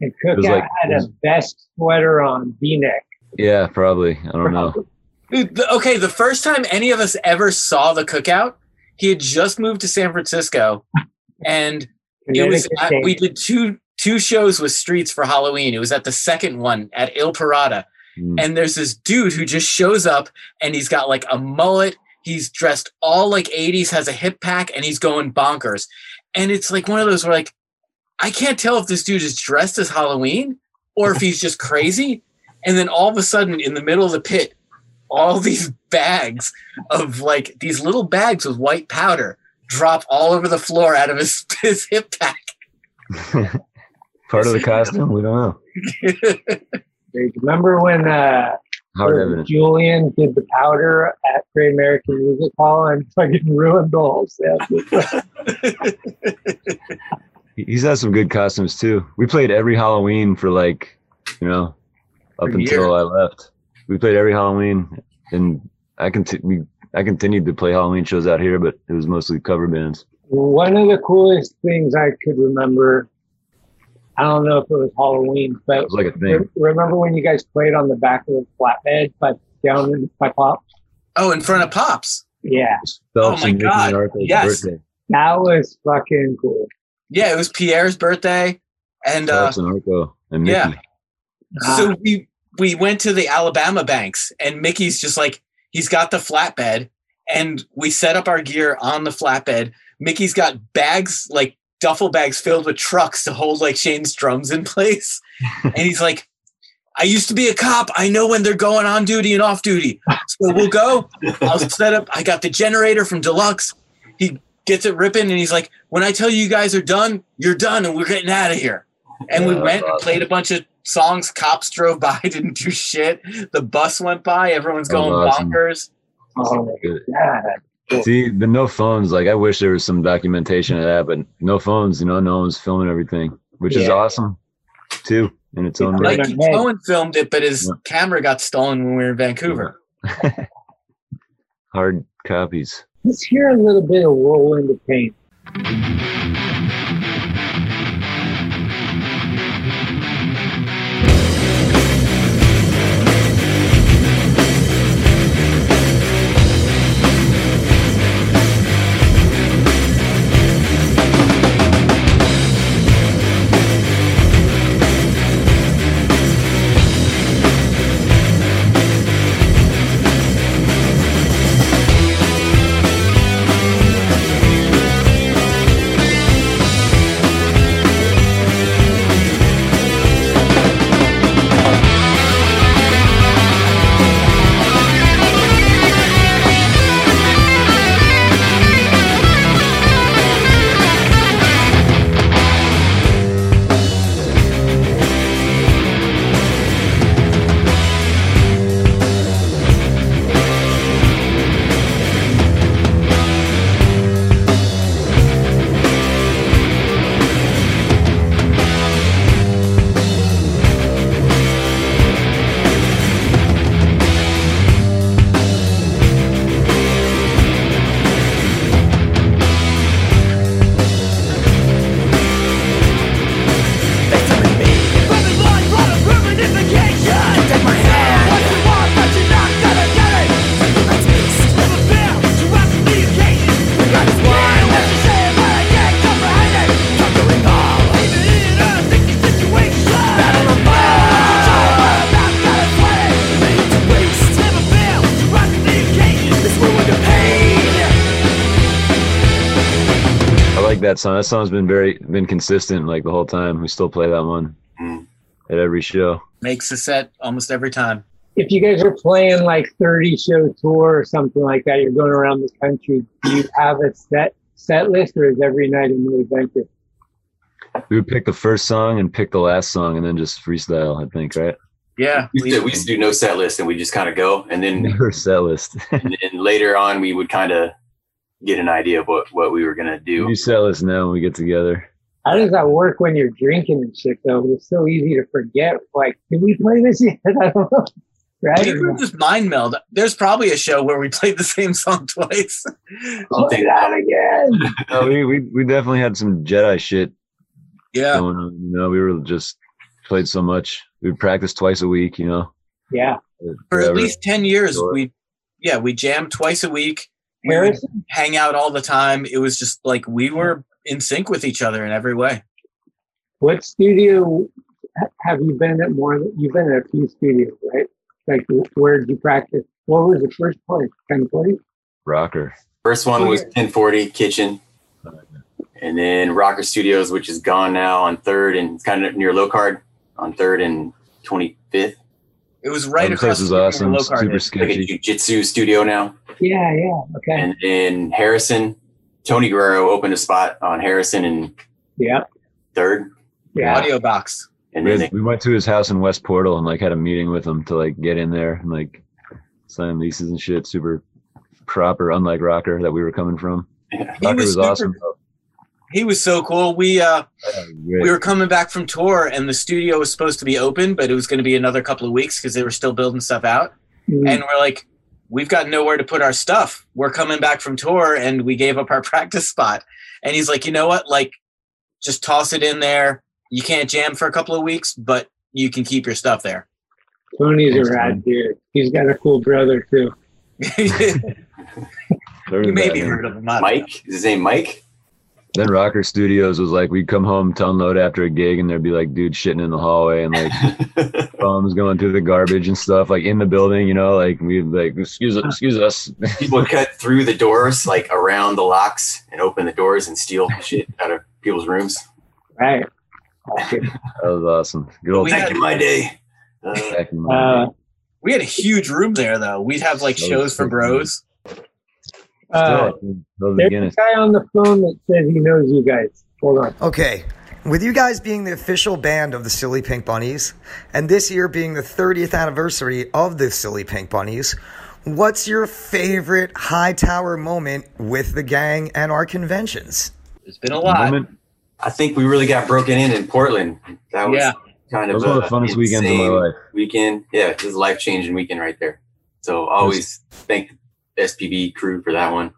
C: And Cook
E: was like-
C: had a best sweater on, V-neck.
E: yeah, probably, I don't know.
D: Dude, the, okay, the first time any of us ever saw the cookout, he had just moved to San Francisco, and it was uh,
C: Connecticut
D: I-
C: State.
D: we did two two shows with Streets for Halloween. It was at the second one at Il Parada,
E: Hmm. Mm-hmm.
D: and there's this dude who just shows up, and he's got like a mullet. He's dressed all like 80s, has a hip pack, and he's going bonkers. and it's like one of those where like I can't tell if this dude is dressed as Halloween or if he's just crazy. And then all of a sudden, in the middle of the pit, all these bags of like these little bags with white powder drop all over the floor out of his, his hip pack.
E: Part of the costume? We don't know.
C: Remember when uh,
E: Hard evidence.
C: Julian did the powder at Great American Music Hall and fucking ruined the whole set?
E: He- He's had some good costumes too. We played every Halloween for like, you know, up
D: a
E: until I left. We played every Halloween, and I conti- we, I continued to play Halloween shows out here, but it was mostly cover bands.
C: One of the coolest things I could remember, I don't know if it was Halloween, but
E: It was like a thing.
C: remember when you guys played on the back of the flatbed by down in, by Pop?
D: Oh, in front of Pops.
C: Yeah.
E: Phelps
D: Oh my
E: and Ricky
D: God,
E: Narco's
D: yes.
E: birthday.
C: That was fucking cool.
D: Yeah, it was Pierre's birthday. And uh,
E: Phelps and Arco and Mickey.
D: yeah.
C: Ah.
D: So we we went to the Alabama banks, and Mickey's just like he's got the flatbed, and we set up our gear on the flatbed. Mickey's got bags like duffel bags filled with trucks to hold like Shane's drums in place, and he's like. I used to be a cop. I know when they're going on duty and off duty. So we'll go. I'll set up. I got the generator from Deluxe. He gets it ripping and he's like, When I tell you you guys are done, you're done and we're getting out of here. And we
E: Yeah,
D: went and
E: awesome.
D: played a bunch of songs. Cops drove by, didn't do shit. The bus went by. Everyone's
E: That was
D: going
E: awesome.
D: bonkers.
C: Oh
D: Oh.
E: Good.
C: Yeah.
E: See, the no phones. Like, I wish there was some documentation of that, but no phones. You know, no one's filming everything, which is
D: Yeah.
E: awesome too in its own right.
D: Like Cohen filmed it, but his camera got stolen when we were in Vancouver.
E: Hard copies.
C: Let's hear a little bit of Roll into Paint.
E: I like that song. That song's been very been consistent like the whole time. We still play that one
D: Mm.
E: at every show.
D: Makes the set almost every time.
C: If you guys are playing like 30 show tour or something like that, you're going around the country, do you have a set set list or is every night a new adventure?
E: We would pick the first song and pick the last song and then just freestyle, I think, right?
D: Yeah.
B: We used, to, we used to do no set list and we just kind of go. And
D: Mm.
B: then,
E: Never set list.
B: and then later on, we would kind of get an idea of what, what we were going to do.
E: You set list now when we get together.
C: How does that work when you're drinking and shit though? It's so easy to forget. Like, did we play this yet? I don't know. Right?
D: We were just mind meld. There's probably a show where we played the same song twice.
C: Play that again.
E: No, Uh, we, we we definitely had some Jedi shit
D: yeah.
E: going on. You know, we were just played so much. We would practice twice a week, you know.
C: Yeah.
D: for
E: forever.
D: at least 10 years we yeah we jammed twice a week we would hang out all the time it was just like we were in sync with each other in every way
C: What studio ha- have you been at more than you've been at a few studios, right? Like wh- where did you practice? What was the first place? Ten place?
E: rocker.
B: First one was 1040 Kitchen. and then Rocker Studios, which is gone now on Third and it's kind of near Locard on Third and Twenty Fifth.
D: It was right
E: That place
D: across
E: is
D: the street
E: awesome.
D: from
E: Super
D: Lockhart.
E: sketchy.
B: Jiu Jitsu studio now,
C: Yeah, yeah. Okay.
B: and then Harrison. Tony Guerrero opened a spot on Harrison and
C: yeah,
B: Third.
C: yeah.
D: Audio box.
B: And
E: we,
B: then
E: we went to his house in West Portal and like had a meeting with him to like get in there and like sign leases and shit. Super proper, unlike Rocker that we were coming from.
D: He
E: Rocker was,
D: was super-
E: awesome. Oh,
D: He was so cool. We uh,
E: great.
D: we were coming back from tour, and the studio was supposed to be open, but it was going to be another couple of weeks because they were still building stuff out.
C: Mhm.
D: And we're like, we've got nowhere to put our stuff. We're coming back from tour, and we gave up our practice spot. And he's like, you know what? Like, just toss it in there. You can't jam for a couple of weeks, but you can keep your stuff there.
C: Tony's a rad dude. He's got a cool brother too.
E: You
D: maybe heard of him.
B: Mike, is his name Mike?
E: Then Rocker Studios was like, we'd come home to unload after a gig, and there'd be like dudes shitting in the hallway and like bums going through the garbage and stuff, like in the building, you know, like we'd like, excuse us, excuse us.
B: people cut through the doors, like around the locks, and open the doors and steal shit out of people's rooms.
C: Right.
E: That was awesome. Good old
B: Back in my day.
E: Back in
C: my day.
D: We had a huge room there, though. We'd have like
E: So
D: shows for bros.
C: Uh, there's a guy on the phone that says he knows you guys. Hold on.
P: Okay. With you guys being the official band of the Silly Pink Bunnies, and this year being the 30th anniversary of the Silly Pink Bunnies, what's your favorite Hightower moment with the gang and our conventions?
D: It's been a lot.
B: I think we really got broken in in Portland. That was
D: Yeah.
B: kind of
E: That was one of
B: a
E: the funnest weekends of my
B: insane
E: life.
B: Weekend, yeah, it was a life changing weekend right there. So always thank the SPV crew for that one.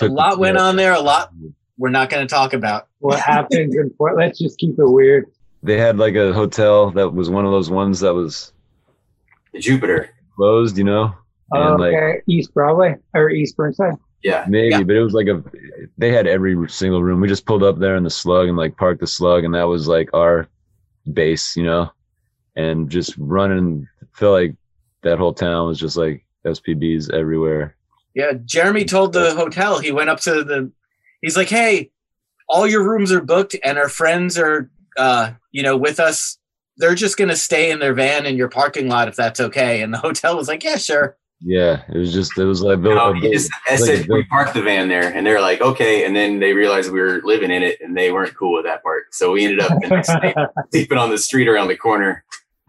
D: A lot went on there. A lot we're not going to talk about.
C: What happened in Portland? Let's just keep it weird.
E: They had like a hotel that was one of those ones that was
B: the Jupiter
E: closed, you know, and like
C: okay, East Broadway or East Burnside.
B: Yeah.
E: Maybe, but it was like a. They had every single room. We just pulled up there in the slug and like parked the slug, and that was like our base, you know, and just running. Felt like that whole town was just like SPBs everywhere.
D: Yeah, Jeremy told the hotel he went up to the. He's like, "Hey, all your rooms are booked, and our friends are, uh, you know, with us. They're just going to stay in their van in your parking lot if that's okay." And the hotel was like, "Yeah, sure."
E: Yeah, it was just it was like.
B: No, he just I said we parked the van there, and they're like, okay. And then they realized we were living in it, and they weren't cool with that part. So we ended up the next day sleeping on the street around the corner.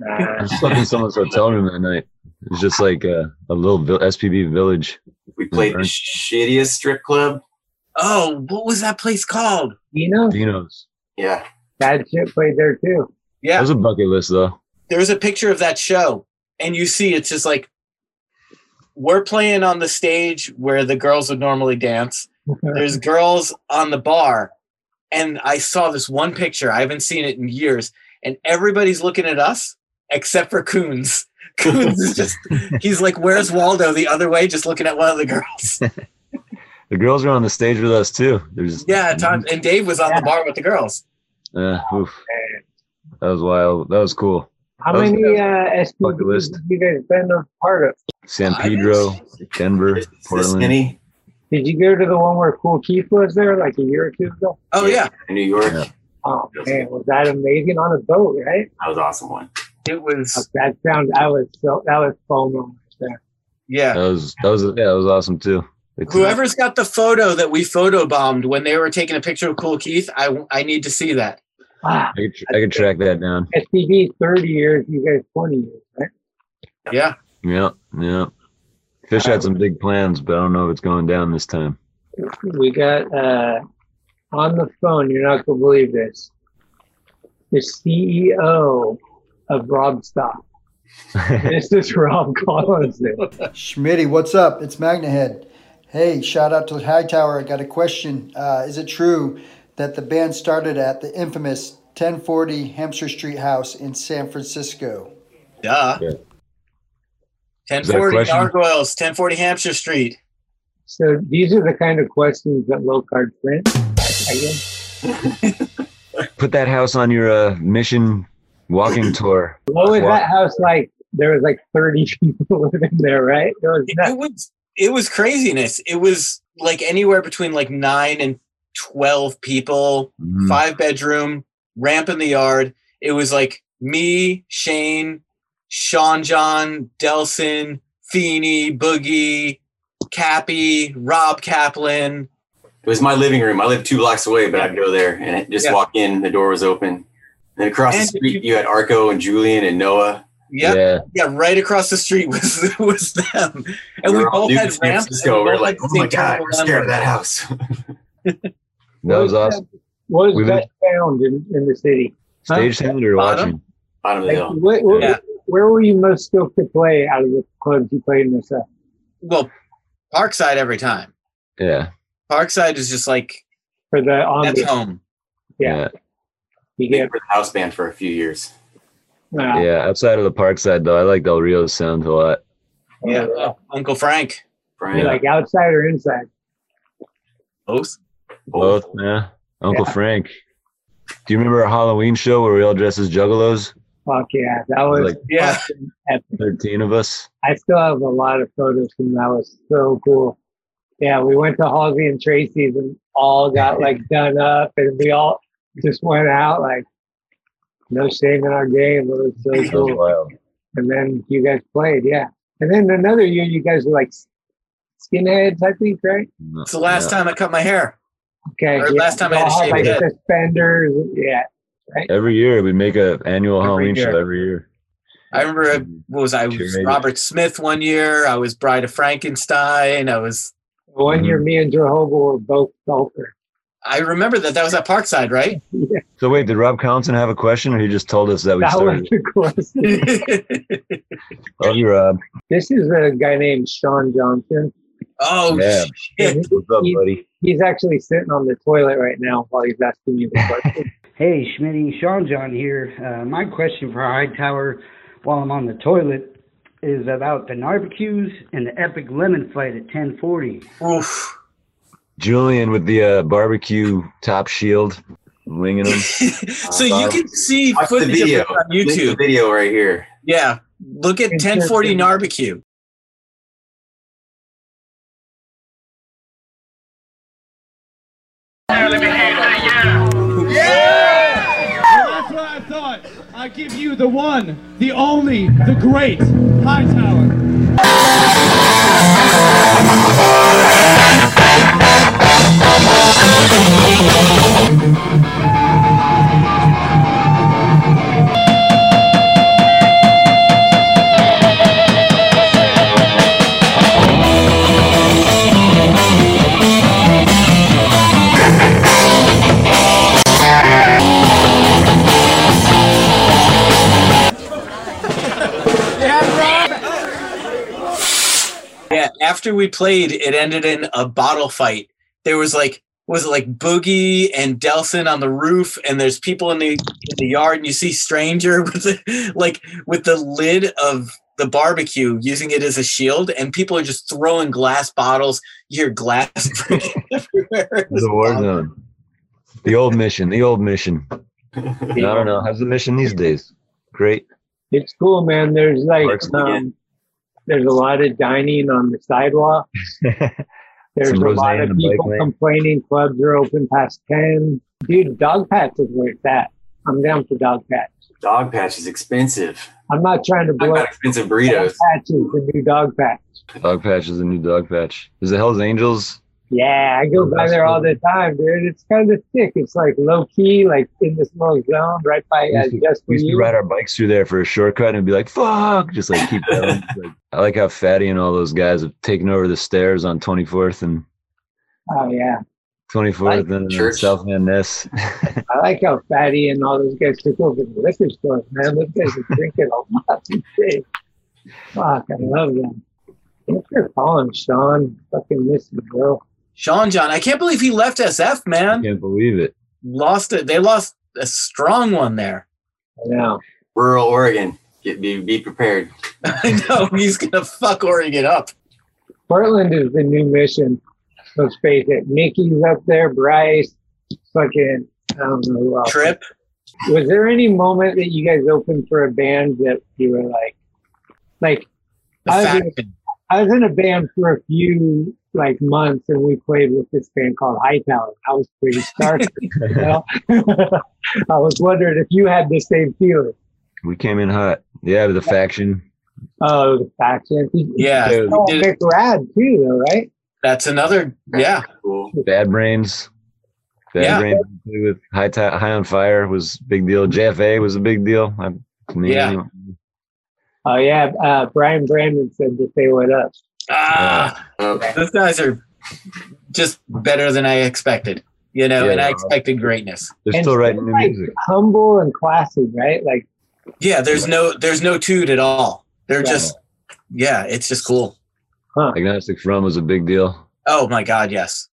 E: I slept in someone's hotel room that night. It was just like a, a little vil- SPB village.
B: We played the shittiest strip club.
D: Oh, what was that place called?
C: You know,
E: Dino's.
B: Yeah.
C: That shit played there too.
E: That
D: Yeah,
E: was a bucket list though.
D: there's a picture of that show, and you see it's just like we're playing on the stage where the girls would normally dance. There's girls on the bar, and I saw this one picture. I haven't seen it in years, and everybody's looking at us except for Coons. Coons is just—he's like, "Where's Waldo?" The other way, just looking at one of the girls.
E: The girls were on the stage with us too. There's
D: Yeah, Tom and Dave was on the bar with the girls.
E: uh, oof. That was wild. That was cool.
C: How
E: That was-
C: many uh, SPVs have you guys been a part of?
E: San Pedro, Denver, Portland.
B: Any?
C: Did you go to the one where Cool Keith was there like a year or two ago?
D: Oh yeah,
B: New York.
C: Oh man, was that amazing on a boat, right?
B: That was an awesome one.
D: It was
C: that sound. That was so. That was fun moment there.
D: Yeah.
E: That was that was yeah, that was awesome too. It's-
D: Whoever's got the photo that we photobombed when they were taking a picture of Cool Keith, I I need to see that.
C: Ah,
E: I could, tr- I could track that down.
C: SPV thirty years, you guys twenty years, right?
D: Yeah.
E: Yeah, yeah. Fish had some big plans, but I don't know if it's going down this time.
C: We got uh, on the phone. You're not gonna believe this. The CEO of Rob Stock. this is Rob Collins.
R: Schmitty, what's up? It's Magnahead. Hey, shout out to Hightower. I got a question. Uh, is it true that the band started at the infamous 1040 Hampshire Street House in San Francisco?
D: Duh.
R: Is that a
D: 1040
R: question?
D: Gargoyles, 1040 Hampshire Street.
C: So these are the kind of questions that low card print. I guess.
E: Put that house on your uh, mission walking tour.
C: What was
E: Walk-
C: that house like? There was like thirty people living there, right? It was, nuts.
D: It was craziness. It was like anywhere between like nine and 12 people,
R: Hmm.
E: Mhm.
D: five bedroom, ramp in the yard. It was like me, Shane, Sean John, Delson, Feeney, Boogie, Cappy, Rob Kaplan.
B: It was my living room. I lived two blocks away, but I'd go there and I'd just
D: Yeah.
B: walk in. The door was open. And then across
D: And
B: the street, you had Arco and Julian and Noah.
D: Yep. Yeah. right across the street was was them. And we,
B: were all
D: both
B: new to
D: had
B: San
D: ramps. and
B: Francisco.
D: we
B: We We're
D: both
B: like,
D: had
B: oh
D: the
B: my
D: same
B: god, we're
D: turnaround
B: scared of that
D: window."
B: house.
E: That was awesome.
C: What is
E: We've
C: best found in, in the city? Huh?
E: Stage sound or watching?
B: Bottom
C: Like, where, where, where were you most skilled to play out of the clubs you played in the set?
D: Well, Parkside every time.
E: Yeah.
D: Parkside is just like
C: for the
D: that's home.
E: Yeah.
C: You uh,
B: get for the house band for a few years.
E: Yeah. Outside of the park side though, I like Del Rio's sound a lot.
D: Yeah. well, Uncle Frank.
E: Frank.
C: Like outside or inside?
D: Both.
E: Both, yeah. Uncle Frank. Do you remember our Halloween show where we all dressed as juggalos?
C: Fuck yeah, that was.
E: Like-
D: yeah.
E: Thirteen of us.
C: I still have a lot of photos from that. Was so cool. Yeah, we went to Halsey and Tracy's and all got like done up, and we all just went out like no shame in our game. It was so cool. And then you guys played, yeah. And then another year, you guys were like skinheads, I think, right?
D: It's the last time I cut my hair.
C: Okay.
D: Or last time I had a
C: Y'all
D: shaved
C: like
D: head.
C: suspenders, yeah.
E: Every year we make an annual Halloween
D: year.
E: show every year.
D: I remember I what was I was Robert Smith one year. I was Bride of Frankenstein. I was
C: One year, me and Joe Hobo were both golfers.
D: I remember that that was at Parkside, right?
E: So wait, did Rob Compton have a question or he just told us that we
C: That was
E: started?
C: the question.
E: Love you, Rob.
C: This is a guy named Sean Johnson.
D: Oh
E: yeah.
C: What's
E: up, buddy?
C: He's actually sitting on the toilet right now while he's asking me the question.
S: Hey, Schmitty, Sean John here. Uh, my question for Hightower while I'm on the toilet is about the narbecues and the epic lemon flight at 1040.
D: Oof.
E: Julian with the uh, barbecue top shield, winging him.
D: So you can see
B: Uh, Watch the
D: footage
B: video.
D: of it on
B: Link to the
D: YouTube.
B: video right here.
D: Yeah. Look at 1040 Narbecue.
H: Yeah! That's what I thought. I give you the one, the only, the great Hightower.
D: Yeah, after we played, it ended in a bottle fight. There was like, was it like Boogie and Delson on the roof, and there's people in the in the yard, and you see Stranger with the, like with the lid of the barbecue, using it as a shield, and people are just throwing glass bottles. You hear glass breaking everywhere.
E: The war zone. The old mission. The old mission. I don't know. How's the mission these days? Great.
C: it's cool, man. There's like um, there's a lot of dining on the sidewalk. There's
E: Some
C: a lot
E: Roseanne
C: of
E: and Blake
C: people
E: Lane.
C: complaining clubs are open past ten. Dude, dog patch is where it's at. I'm down for dog patch.
B: Dog patch is expensive.
C: I'm not trying to blow
B: Got expensive burritos.
C: patches the new dog patch.
E: Dog patch is a new dog patch. Is the Hell's Angels?
C: Yeah, I go by there all the time, dude. It's kind of thick. It's like low key, like in this little zone right by uh, just for
E: We used to
C: you.
E: ride our bikes through there for a shortcut and it'd be like, fuck, just like keep going. Like, I like how Fatty and all those guys have taken over the stairs on 24th and
C: Oh yeah,
E: 24th and uh,
C: Church.
E: South Van Ness.
C: I like how Fatty and all those guys took over the liquor stores, man. Those guys are drinking a lot today. Fuck, I love them. Thanks for calling, Sean. Fucking miss you, bro.
D: Sean John, I can't believe he left SF, man.
E: can't believe it.
D: Lost it. They lost a strong one there.
C: Yeah.
B: Rural Oregon. Get, be, be prepared.
D: I know he's gonna fuck Oregon up.
C: Portland is the new mission. Let's face it. Mickey's up there. Bryce, fucking, I don't know who else.
D: Trip.
C: Was there any moment that you guys opened for a band that you were like, like, I was, in, I was in a band for a few like months, and we played with this band called Hightower. I was pretty starstruck. you know? I was wondering if you had the same feeling.
E: We came in hot. Yeah, the faction.
C: Oh, the faction.
E: Yeah, we
C: oh,
E: did
C: Mick Rad too, though, right?
D: That's another. Yeah.
E: Bad Brains. Bad
D: Yeah.
E: Brains with high, Ta- high on Fire was a big deal. JFA was a big deal. I, I mean,
C: Yeah. Oh yeah, uh, Brian Brandon said to say what up.
D: Ah, those guys are just better than I expected. You know,
E: Yeah,
D: and I
E: they're-
D: expected greatness.
E: They're still writing new
C: Like
E: music.
C: humble and classy, right? Like
D: Yeah, there's no there's no toot at all. They're just yeah, it's just cool.
E: Agnostic Front was a big deal.
D: Oh my god, yes.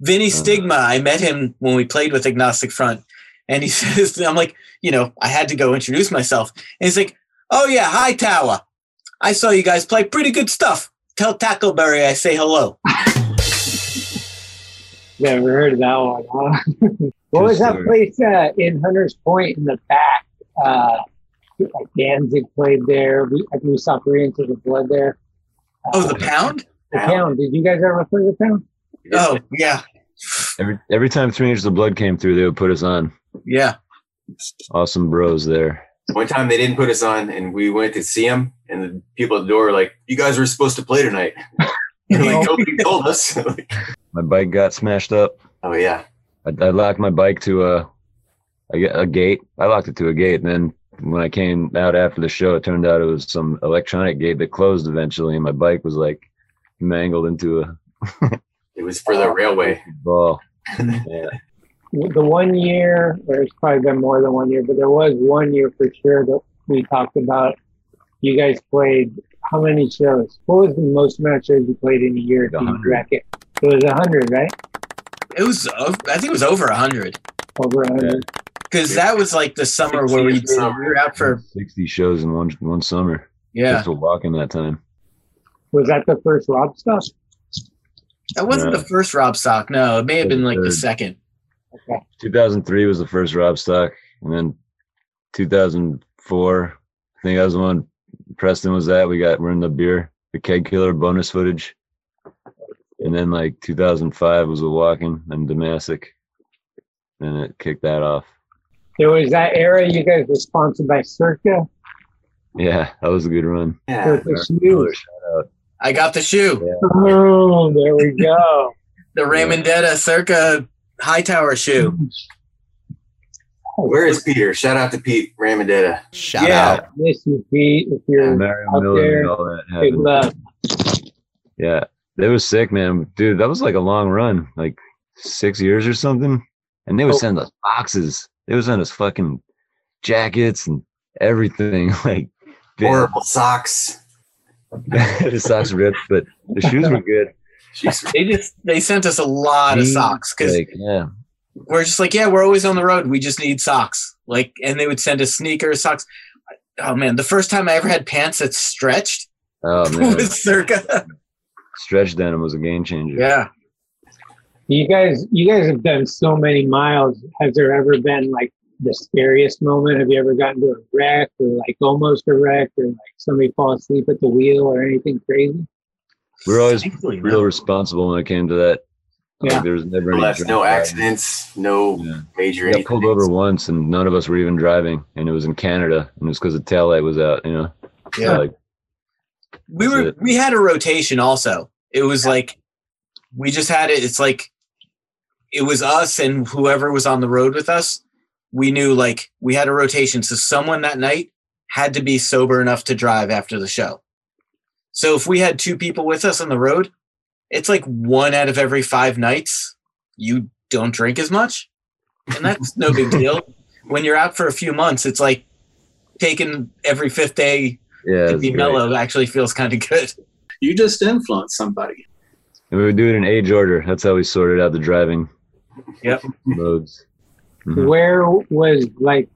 D: Vinny Stigma, I met him when we played with Agnostic Front, and he says, I'm like, you know, I had to go introduce myself. And he's like, Oh yeah, hi Tower. I saw you guys play pretty good stuff. Tell Tackleberry I say hello.
C: never heard of that one. Huh? what was that
D: True
C: place uh, in Hunters Point in the back? Uh, like Danzig played there. We, I think we saw three into the blood there.
D: Oh, the pound?
C: The pound. Did you guys ever play the pound?
D: Oh, yeah.
E: Every every time Three Inches of Blood came through, they would put us on.
D: Yeah.
E: Awesome bros there.
B: One time they didn't put us on, and we went to see them, and the people at the door were like, "You guys were supposed to play tonight." And like, nobody told us.
E: My bike got smashed up.
B: oh yeah.
E: I, I locked my bike to a, a ga- a gate. I locked it to a gate, and then when I came out after the show, it turned out it was some electronic gate that closed eventually, and my bike was like mangled into a
B: It was for the railway.
E: ball. yeah.
C: the one year, or it's probably been more than one year, but there was one year for sure that we talked about. You guys played how many shows? What was the most amount of shows you played in a year? Do you
D: 100.
C: reckon? It was a hundred, right?
D: It was o- I think it was over hundred.
C: Over a hundred.
D: Because that was like the summer where we, we were out for
E: sixty shows in one one summer.
D: Yeah.
E: just walking that time.
C: Was that the first Rob stuff?
D: That wasn't
E: Yeah.
D: the first Rob Sock. No, it may have been like the second.
E: 2003 was the first Rob Stock, and then 2004, I think that was the one Preston was at. We got we're in the beer, the keg killer bonus footage, and then like 2005 was the walking and Damasic, and it kicked that off.
C: There was that era you guys were sponsored by Circa.
E: Yeah, that was a good run.
C: Circa shoes.
D: I got the shoe.
C: Oh, there we go.
D: The Raymondetta circa Hightower shoe.
B: Where is Peter? Shout out to Pete Ramondetta.
C: Shout Yeah. out. Miss you, Pete. If you're out
E: Miller and
C: there,
E: all that
C: good
E: happened.
C: luck.
E: Yeah, they was sick, man. Dude, that was like a long run, like six years or something. And
D: Oh.
E: they would send us boxes. They would send us fucking jackets and everything, like
B: Horrible socks.
E: the socks ripped, but the shoes were good.
D: They just they sent us a lot of socks because
E: Like, yeah,
D: we're just like, yeah, we're always on the road. We just need socks. Like, and they would send us sneakers, socks. Oh man, the first time I ever had pants that stretched
E: oh man,
D: was circa.
E: stretch denim was a game changer.
D: Yeah.
C: You guys, you guys have done so many miles. Has there ever been like the scariest moment? Have you ever gotten to a wreck or like almost a wreck or like somebody fall asleep at the wheel or anything crazy?
E: we were always real responsible when it came to that.
C: Yeah.
E: Like, there was never any
B: Less,
E: drunk
B: no
E: driving.
B: accidents, no major
E: We got
B: anything.
E: pulled over once, and none of us were even driving, and it was in Canada, and it was because the taillight was out. You know, So,
D: Yeah.
E: like,
D: we were we had a rotation also it was like we just had it it's like it was us and whoever was on the road with us we knew like we had a rotation so someone that night had to be sober enough to drive after the show so if we had two people with us on the road it's like one out of every five nights you don't drink as much and that's no big deal when you're out for a few months it's like taking every fifth day
E: yeah, it
D: to
E: was
D: be
E: great.
D: mellow actually feels kind of good.
J: You just influence somebody.
E: And we would do it in age order. That's how we sorted out the driving
D: Yep.
E: modes. Mhm.
C: Where was like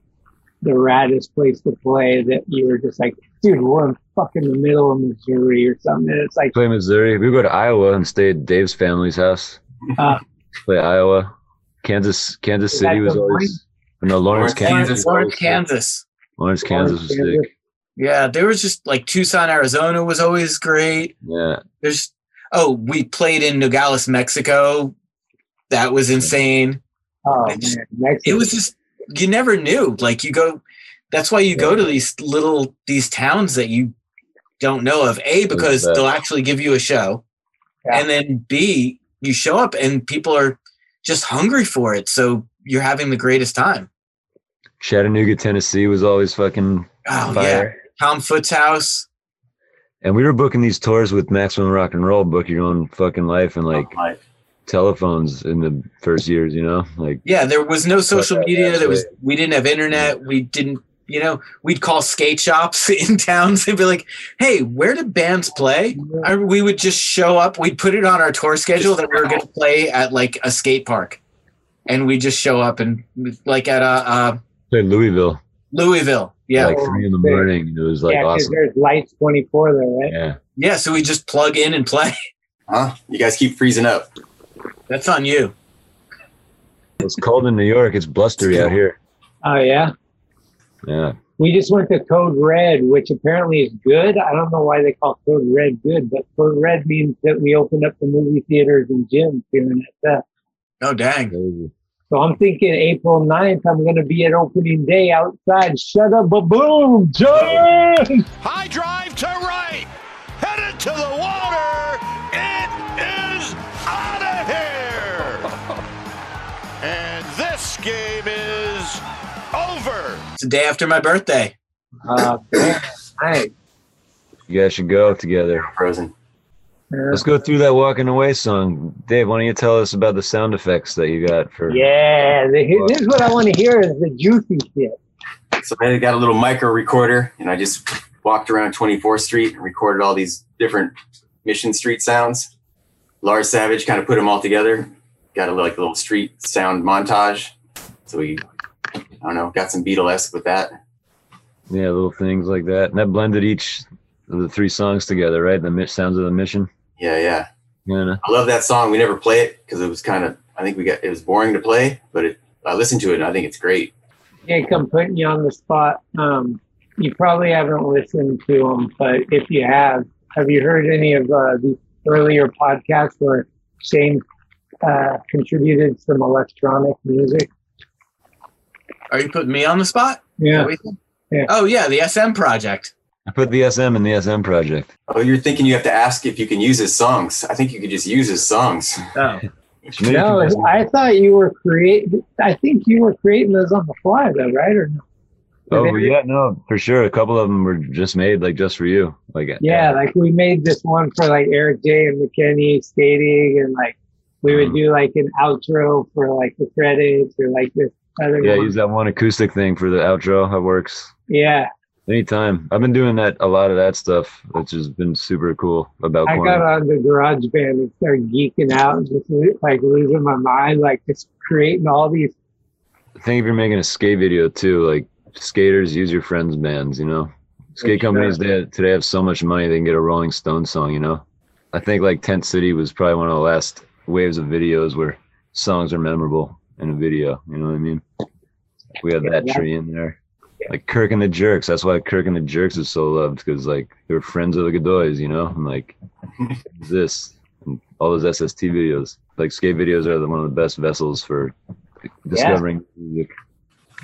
C: the raddest place to play that you were just like, dude, we're in fucking the middle of Missouri or something? And it's like,
E: Play Missouri. We would go to Iowa and stay at Dave's family's house.
C: uh,
E: Play Iowa. Kansas Kansas
D: Is that
E: City was
D: the
E: always no Lawrence, Kansas.
D: Lawrence, Kansas.
E: Lawrence, Kansas was
D: Kansas.
E: sick.
D: Yeah, there was just like Tucson, Arizona was always great.
E: Yeah.
D: There's Oh, we played in Nogales, Mexico. That was insane.
C: Oh,
D: man. It was just you never knew. Like you go that's why you go to these little these towns that you don't know of. A because
B: that?
D: they'll actually give you a show. And then B, you show up and people are just hungry for it. So you're having the greatest time.
E: Chattanooga, Tennessee was always fucking
D: Oh
E: fire.
D: yeah. Tom Foote's house.
E: And we were booking these tours with Maximum Rock and Roll, book your own fucking life and like telephones in the first years, you know? Like
D: Yeah, there was no social
E: that,
D: media.
E: that's
D: There was
E: right.
D: we didn't have internet. We didn't, you know, we'd call skate shops in towns and be like, "Hey, where do bands play?" I, we would just show up. We'd put it on our tour schedule that we were going to play at like a skate park, and we just show up and like at uh, uh
E: played Louisville.
D: Louisville. Yeah,
E: Like three in the morning. It was like
C: yeah, 'cause
E: awesome.
C: there's lights 24 there, right?
E: Yeah.
D: yeah. So we just plug in and play.
B: Huh? You guys keep freezing up.
D: That's on you.
E: It's cold in New York. It's blustery out here.
C: Oh, yeah.
E: Yeah.
C: We just went to Code Red, which apparently is good. I don't know why they call Code Red good, but Code Red means that we opened up the movie theaters and gyms here in SF.
D: Oh dang.
C: So I'm thinking April 9th, I'm going to be at opening day outside. Shut up, ba boom, John!
M: High drive to right, headed to the water. It is out of here. And this game is over.
D: It's the day after my birthday.
C: Uh,
E: You guys should go together.
B: Frozen.
E: Let's go through that walking away song. Dave, why don't you tell us about the sound effects that you got for
C: Yeah, the, here- this is what I want to hear is the juicy shit.
B: So I got a little micro recorder and I just walked around 24th Street and recorded all these different Mission Street sounds. Lars Savage kind of put them all together. Got a like little street sound montage. So we, I don't know, got some Beatlesque with that.
E: Yeah, little things like that. And that blended each of the three songs together, right? The mi- sounds of the mission.
B: Yeah, yeah.
E: Yeah.
B: I love that song. We never play it because it was kind of. I think we got it was boring to play, but it, I listened to it and I think it's great.
C: Jake, I'm putting you on the spot. Um, you probably haven't listened to them, but if you have, have you heard any of uh, the earlier podcasts where Shane uh, contributed some electronic music?
D: Are you putting me on the spot?
C: Yeah.
D: yeah. Oh yeah, the SM project.
E: I put the SM in the SM project.
B: Oh, you're thinking you have to ask if you can use his songs. I think you could just use his songs.
D: Oh.
C: No, I thought you were create. I think you were creating those on the fly, though, right? Or no?
E: Oh yeah, no, for sure. A couple of them were just made like just for you. Like
C: Yeah, like we made this one for like Eric J and McKinney skating, and like we would do like an outro for like the credits or like this other
E: yeah,
C: one.
E: use that one acoustic thing for the outro. That works.
C: Yeah,
E: Anytime. I've been doing that a lot of that stuff, which has been super cool about
C: I got
E: quarantine.
C: on the garage band and started geeking out and just lo- like losing my mind, like just creating all these.
E: I think if you're making a skate video too, like skaters use your friends' bands, you know. Skate companies they, today have so much money they can get a Rolling Stone song, you know. I think like Tent City was probably one of the last waves of videos where songs are memorable in a video. You know what I mean? We had that
M: Yeah.
E: tree in there. Like Kirk and the Jerks. That's why Kirk and the Jerks is so loved because like they were friends of the Godoys, you know, and like this and all those SST videos. Like skate videos are the, one of the best vessels for discovering music.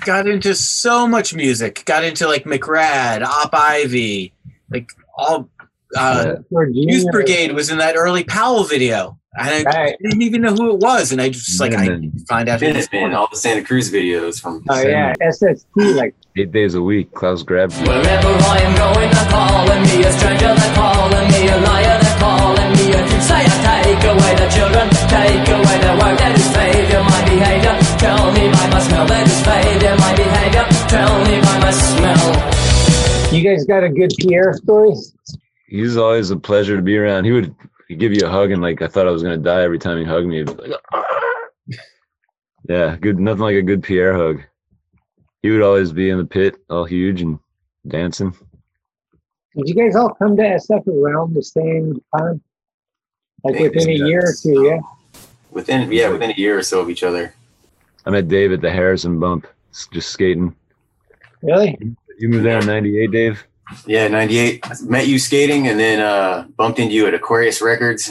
D: Got into so much music. Got into like McRad, Op Ivy, like all uh Youth Brigade was in that early Powell video. And I didn't even know who it was. And I just like I need to find out who this
B: Minutemen, all the Santa Cruz videos from.
D: Oh, yeah.
C: SST like
E: eight days a week. Klaus grabs you.
M: Wherever I am going, they're calling me a stranger, they're calling me a liar, they're calling me a crusader. Take away the children, take away the work that is failure, my behavior. Tell me by my smell that is failure, my behavior. Tell me by my smell.
C: You guys got a good Pierre story?
E: He's always a pleasure to be around. He would give you a hug and like I thought I was gonna die every time he hugged me. He'd be like, "Ah." yeah, good. Nothing like a good Pierre hug. He would always be in the pit, all huge and dancing.
C: Did you guys all come to SF around the same time? Like within a year or two, yeah.
B: Within yeah, within a year or so of each other.
E: I met Dave at the Harrison Bump, s- just skating.
C: Really?
E: You moved there in '98, Dave.
B: Yeah, '98. Met you skating, and then uh, bumped into you at Aquarius Records.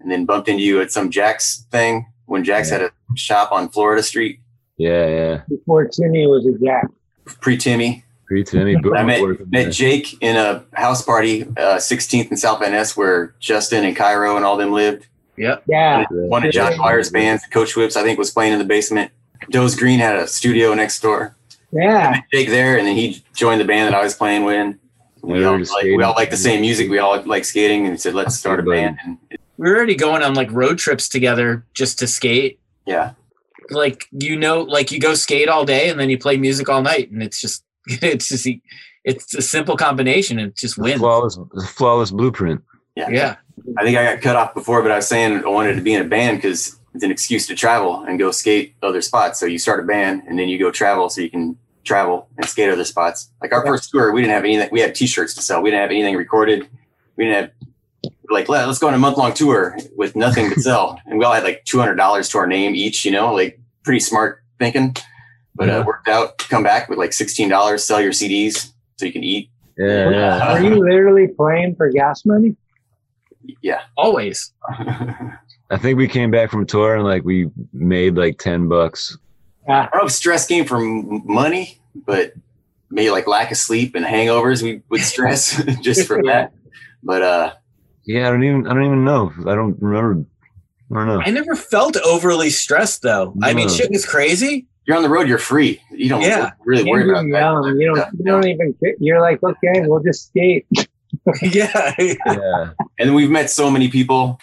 B: and then bumped into you at some Jack's thing when Jack's had a shop on Florida Street
E: Yeah, yeah.
C: before Timmy was a jack.
B: pre Timmy.
E: Pre Timmy.
B: I met, met Jake in a house party, uh, 16th and South Van Ness, where Justin and Cairo and all them lived.
D: Yep.
C: Yeah.
B: One of John Byers' bands, Coach Whips, I think, was playing in the basement. Doe's Green had a studio next door.
C: Yeah.
B: Jake there, and then he joined the band that I was playing with. We all, like, we all like the same music. We all like skating, and we said, "Let's start a band." And
D: we were already going on like road trips together just to skate.
B: Yeah.
D: Like you know, like you go skate all day and then you play music all night, and it's just it's just it's a simple combination. and It just wins.
E: Flawless, flawless blueprint.
B: Yeah.
D: Yeah.
B: I think I got cut off before, but I was saying I wanted to be in a band because it's an excuse to travel and go skate other spots. So you start a band and then you go travel so you can travel and skate other spots. Like our first tour, we didn't have anything. We had t-shirts to sell. We didn't have anything recorded. We didn't have like, let, let's go on a month long tour with nothing to sell. and we all had like $200 to our name each, you know, like pretty smart thinking, but uh, worked out, come back with like $16, sell your CDs so you can eat.
E: Yeah.
C: Were you literally playing for gas money?
B: Yeah.
D: Always.
E: I think we came back from a tour and like we made like ten bucks.
B: I don't know if stress came from money, but maybe like lack of sleep and hangovers, we would stress just from that. But uh,
E: Yeah, I don't even I don't even know. I don't remember. I don't know.
D: I never felt overly stressed though. I mean,
E: No.
D: shit was crazy.
B: You're on the road. You're free. You don't
D: Yeah.
B: really worry about that.
C: Um, you don't. You don't even. ca- You're like, okay, we'll just skate.
D: yeah.
E: yeah.
B: And then we've met so many people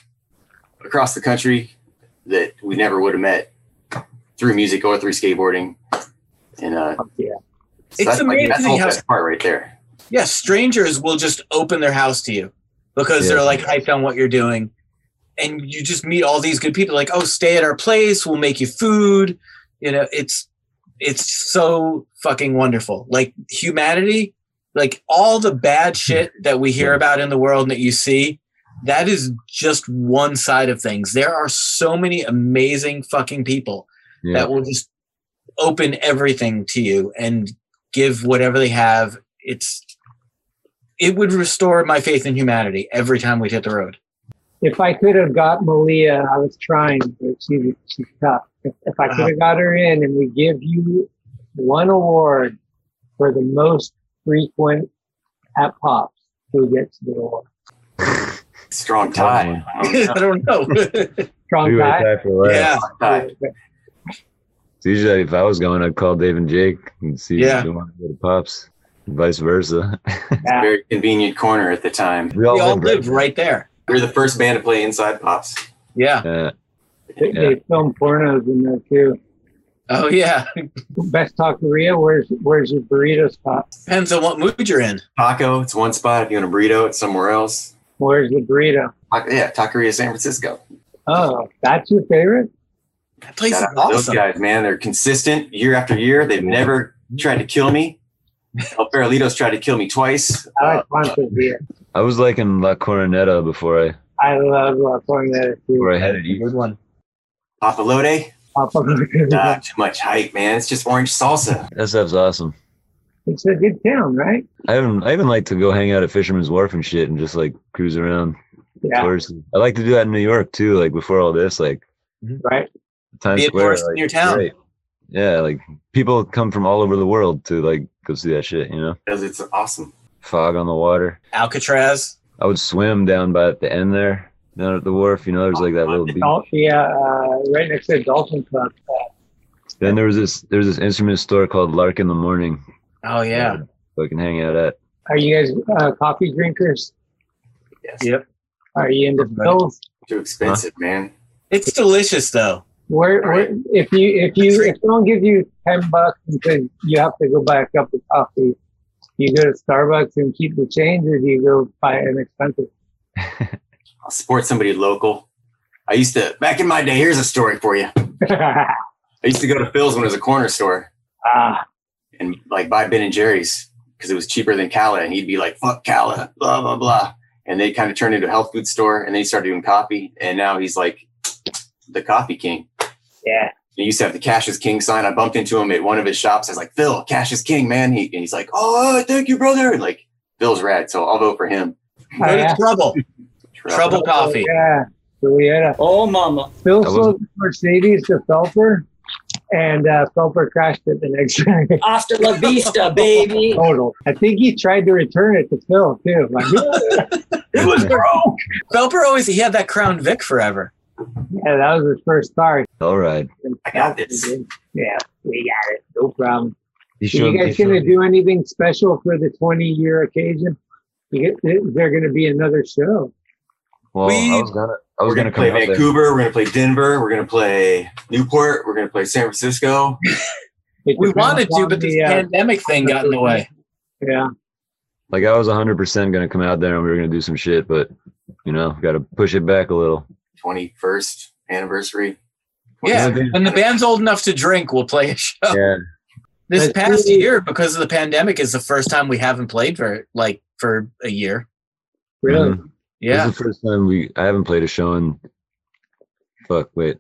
B: across the country that we never would have met through music or through skateboarding. And uh,
C: yeah,
D: It's
B: that's, like, that's the
D: amazing
B: whole
D: how-
B: best part right there.
D: Yeah, strangers will just open their house to you because
B: Yeah.
D: they're like hyped on what you're doing. And you just meet all these good people like, "Oh, stay at our place, we'll make you food." You know, it's it's so fucking wonderful. Like humanity, like all the bad shit that we hear about in the world and that you see, that is just one side of things. There are so many amazing fucking people
E: Yeah.
D: that will just open everything to you and give whatever they have. It's it would restore my faith in humanity every time we'd hit the road.
C: If I could have got Malia, I was trying, but she, she's tough. If, if I could have got her in and we give you one award for the most frequent at pops, who gets the award?
B: Strong tie.
D: I don't know.
C: Strong
E: Three-way
C: guy. Uh,
E: tie for life.
B: Tie.
E: It's usually if I was going, I'd call Dave and Jake and see
B: Yeah.
E: if they want to go to Pops. and Vice versa.
B: It's a very convenient corner at the time.
E: We all We all lived right
D: lived right there.
B: We were the first band to play Inside Pops.
D: Yeah.
C: They,
B: Yeah.
C: they film pornos in there too.
D: Oh yeah.
C: Best taqueria. Where's Where's your burrito spot?
D: Depends on what mood you're in.
B: Taco, it's one spot. If you want a burrito, it's somewhere else.
C: Where's the burrito?
B: Ta- Yeah, Taqueria San Francisco.
C: Oh, that's your favorite.
D: That place
B: Shout out to Those guys, man, they're consistent year after year. They've never tried to kill me. El Farolito's tried to kill me twice.
C: I like Pontevedra.
E: I was like in La Coroneta before I
C: I love uh, La Cornetta too.
E: before I headed east.
D: Good one.
B: Papalote,
C: Papalote.
B: nah, Uh, too much hype, man. It's just orange salsa.
E: SF's awesome.
C: It's a good town, right?
E: I even I even like to go hang out at Fisherman's Wharf and shit and just like cruise around.
C: Yeah.
E: Tourist- I like to do that in New York too. Like before all this, like
C: Right.
E: Times
D: Be a
E: Square.
D: tourist
E: like,
D: in your town.
E: great. Yeah, like people come from all over the world to like go see that shit. You know,
B: Because it's awesome.
E: fog on the water.
D: Alcatraz.
E: I would swim down by at the end there, down at the wharf. You know, there's like that little beach.
C: Dol- yeah, uh, right next to the Dolphin Club.
E: Then there was this there was this instrument store called Lark in the Morning.
D: Oh yeah.
E: that I can hang out at.
C: Are you guys uh, coffee drinkers?
D: Yep.
C: Are you into pills?
B: Too expensive, man.
D: It's delicious though.
C: Where, where if you if you if someone gives you ten bucks and says you have to go buy a cup of coffee, you go to Starbucks and keep the change, or do you go buy an expensive?
B: I'll support somebody local. I used to, back in my day, here's a story for you. I used to go to Phil's when it was a corner store
C: ah,
B: and like buy Ben and Jerry's because it was cheaper than Cala. And he'd be like, fuck Cala, blah, blah, blah. And they kind of turned into a health food store and then he started doing coffee. And now he's like the coffee king.
C: yeah.
B: He used to have the Cash is King sign. I bumped into him at one of his shops. I was like, Phil, Cash is King, man. He, and he's like, oh, thank you, brother. And
C: Oh,
B: like, Phil's rad. So I'll vote for him.
D: Go to trouble. Trouble coffee.
C: Yeah. So we had a
J: oh mama.
C: Phil
J: That
C: sold the Mercedes to Felper, and uh, Felper crashed it the next day.
J: After la vista, baby.
C: Total. I think he tried to return it to Phil too. Like,
D: It was broke. Felper always he had that Crown Vic forever.
C: yeah, that was his first car.
E: All right.
C: I got this. Yeah, we got it. No problem.
E: He
C: Are
E: showed-
C: you
E: he
C: guys
E: showed
C: going to
E: me.
C: do anything special for the 20 year occasion? You get, is there going to be another show?
E: Well, I
B: We-
E: was gonna, I was
B: We're
E: gonna,
B: gonna play
E: come out there.
B: Vancouver. We're gonna play Denver. We're gonna play Newport. We're gonna play San Francisco.
D: We wanted to, but this
B: uh,
D: pandemic thing got in the way.
C: Yeah.
E: Like I was 100% gonna come out there and we were gonna do some shit, but you know, got to push it back a little.
B: Twenty first anniversary.
D: Yeah, when the band's old enough to drink, we'll play a show.
E: Yeah.
D: This past year, because of the pandemic, is the first time we haven't played for like for a year.
C: Really?
D: Yeah.
E: This is the first time we I haven't played a show in fuck, wait.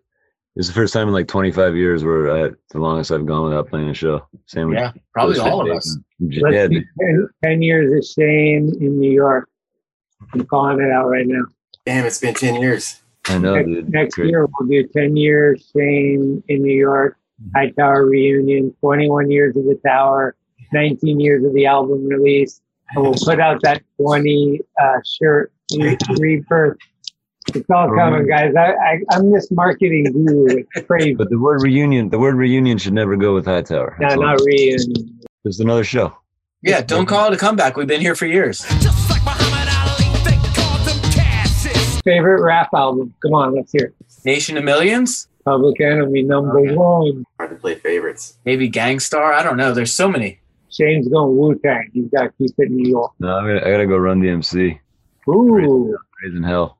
E: This is the first time in like 25 years where I the longest I've gone without playing a show. Same with-
D: Yeah, probably all of us.
E: Yeah,
C: Let's
E: dude.
C: do 10, 10 years of shame in New York. I'm calling it out right now.
B: Damn, it's been ten years.
E: I know,
B: Next-
E: dude.
C: Next
E: Great.
C: year, we'll do 10 years shame in New York, High Tower reunion, 21 years of the Tower, 19 years of the album release. And we'll put out that 20 uh, shirt re- rebirth. It's all coming, guys. I, I, I'm this marketing guru. It's crazy.
E: But the word reunion, the word reunion should never go with Hightower.
C: No,
E: That's all.
C: not reunion.
E: Just another show.
D: Yeah, don't call it a comeback. We've been here for years.
C: Favorite rap album? Come on, let's hear it.
D: Nation of Millions,
C: Public Enemy number one.
B: Hard to play favorites.
D: maybe Gangstar. I don't know. There's so many.
C: Shane's going Wu Tang. He's got to keep it New York.
E: No, I'm gonna, I gotta go run DMC.
C: Ooh.
E: Raising hell.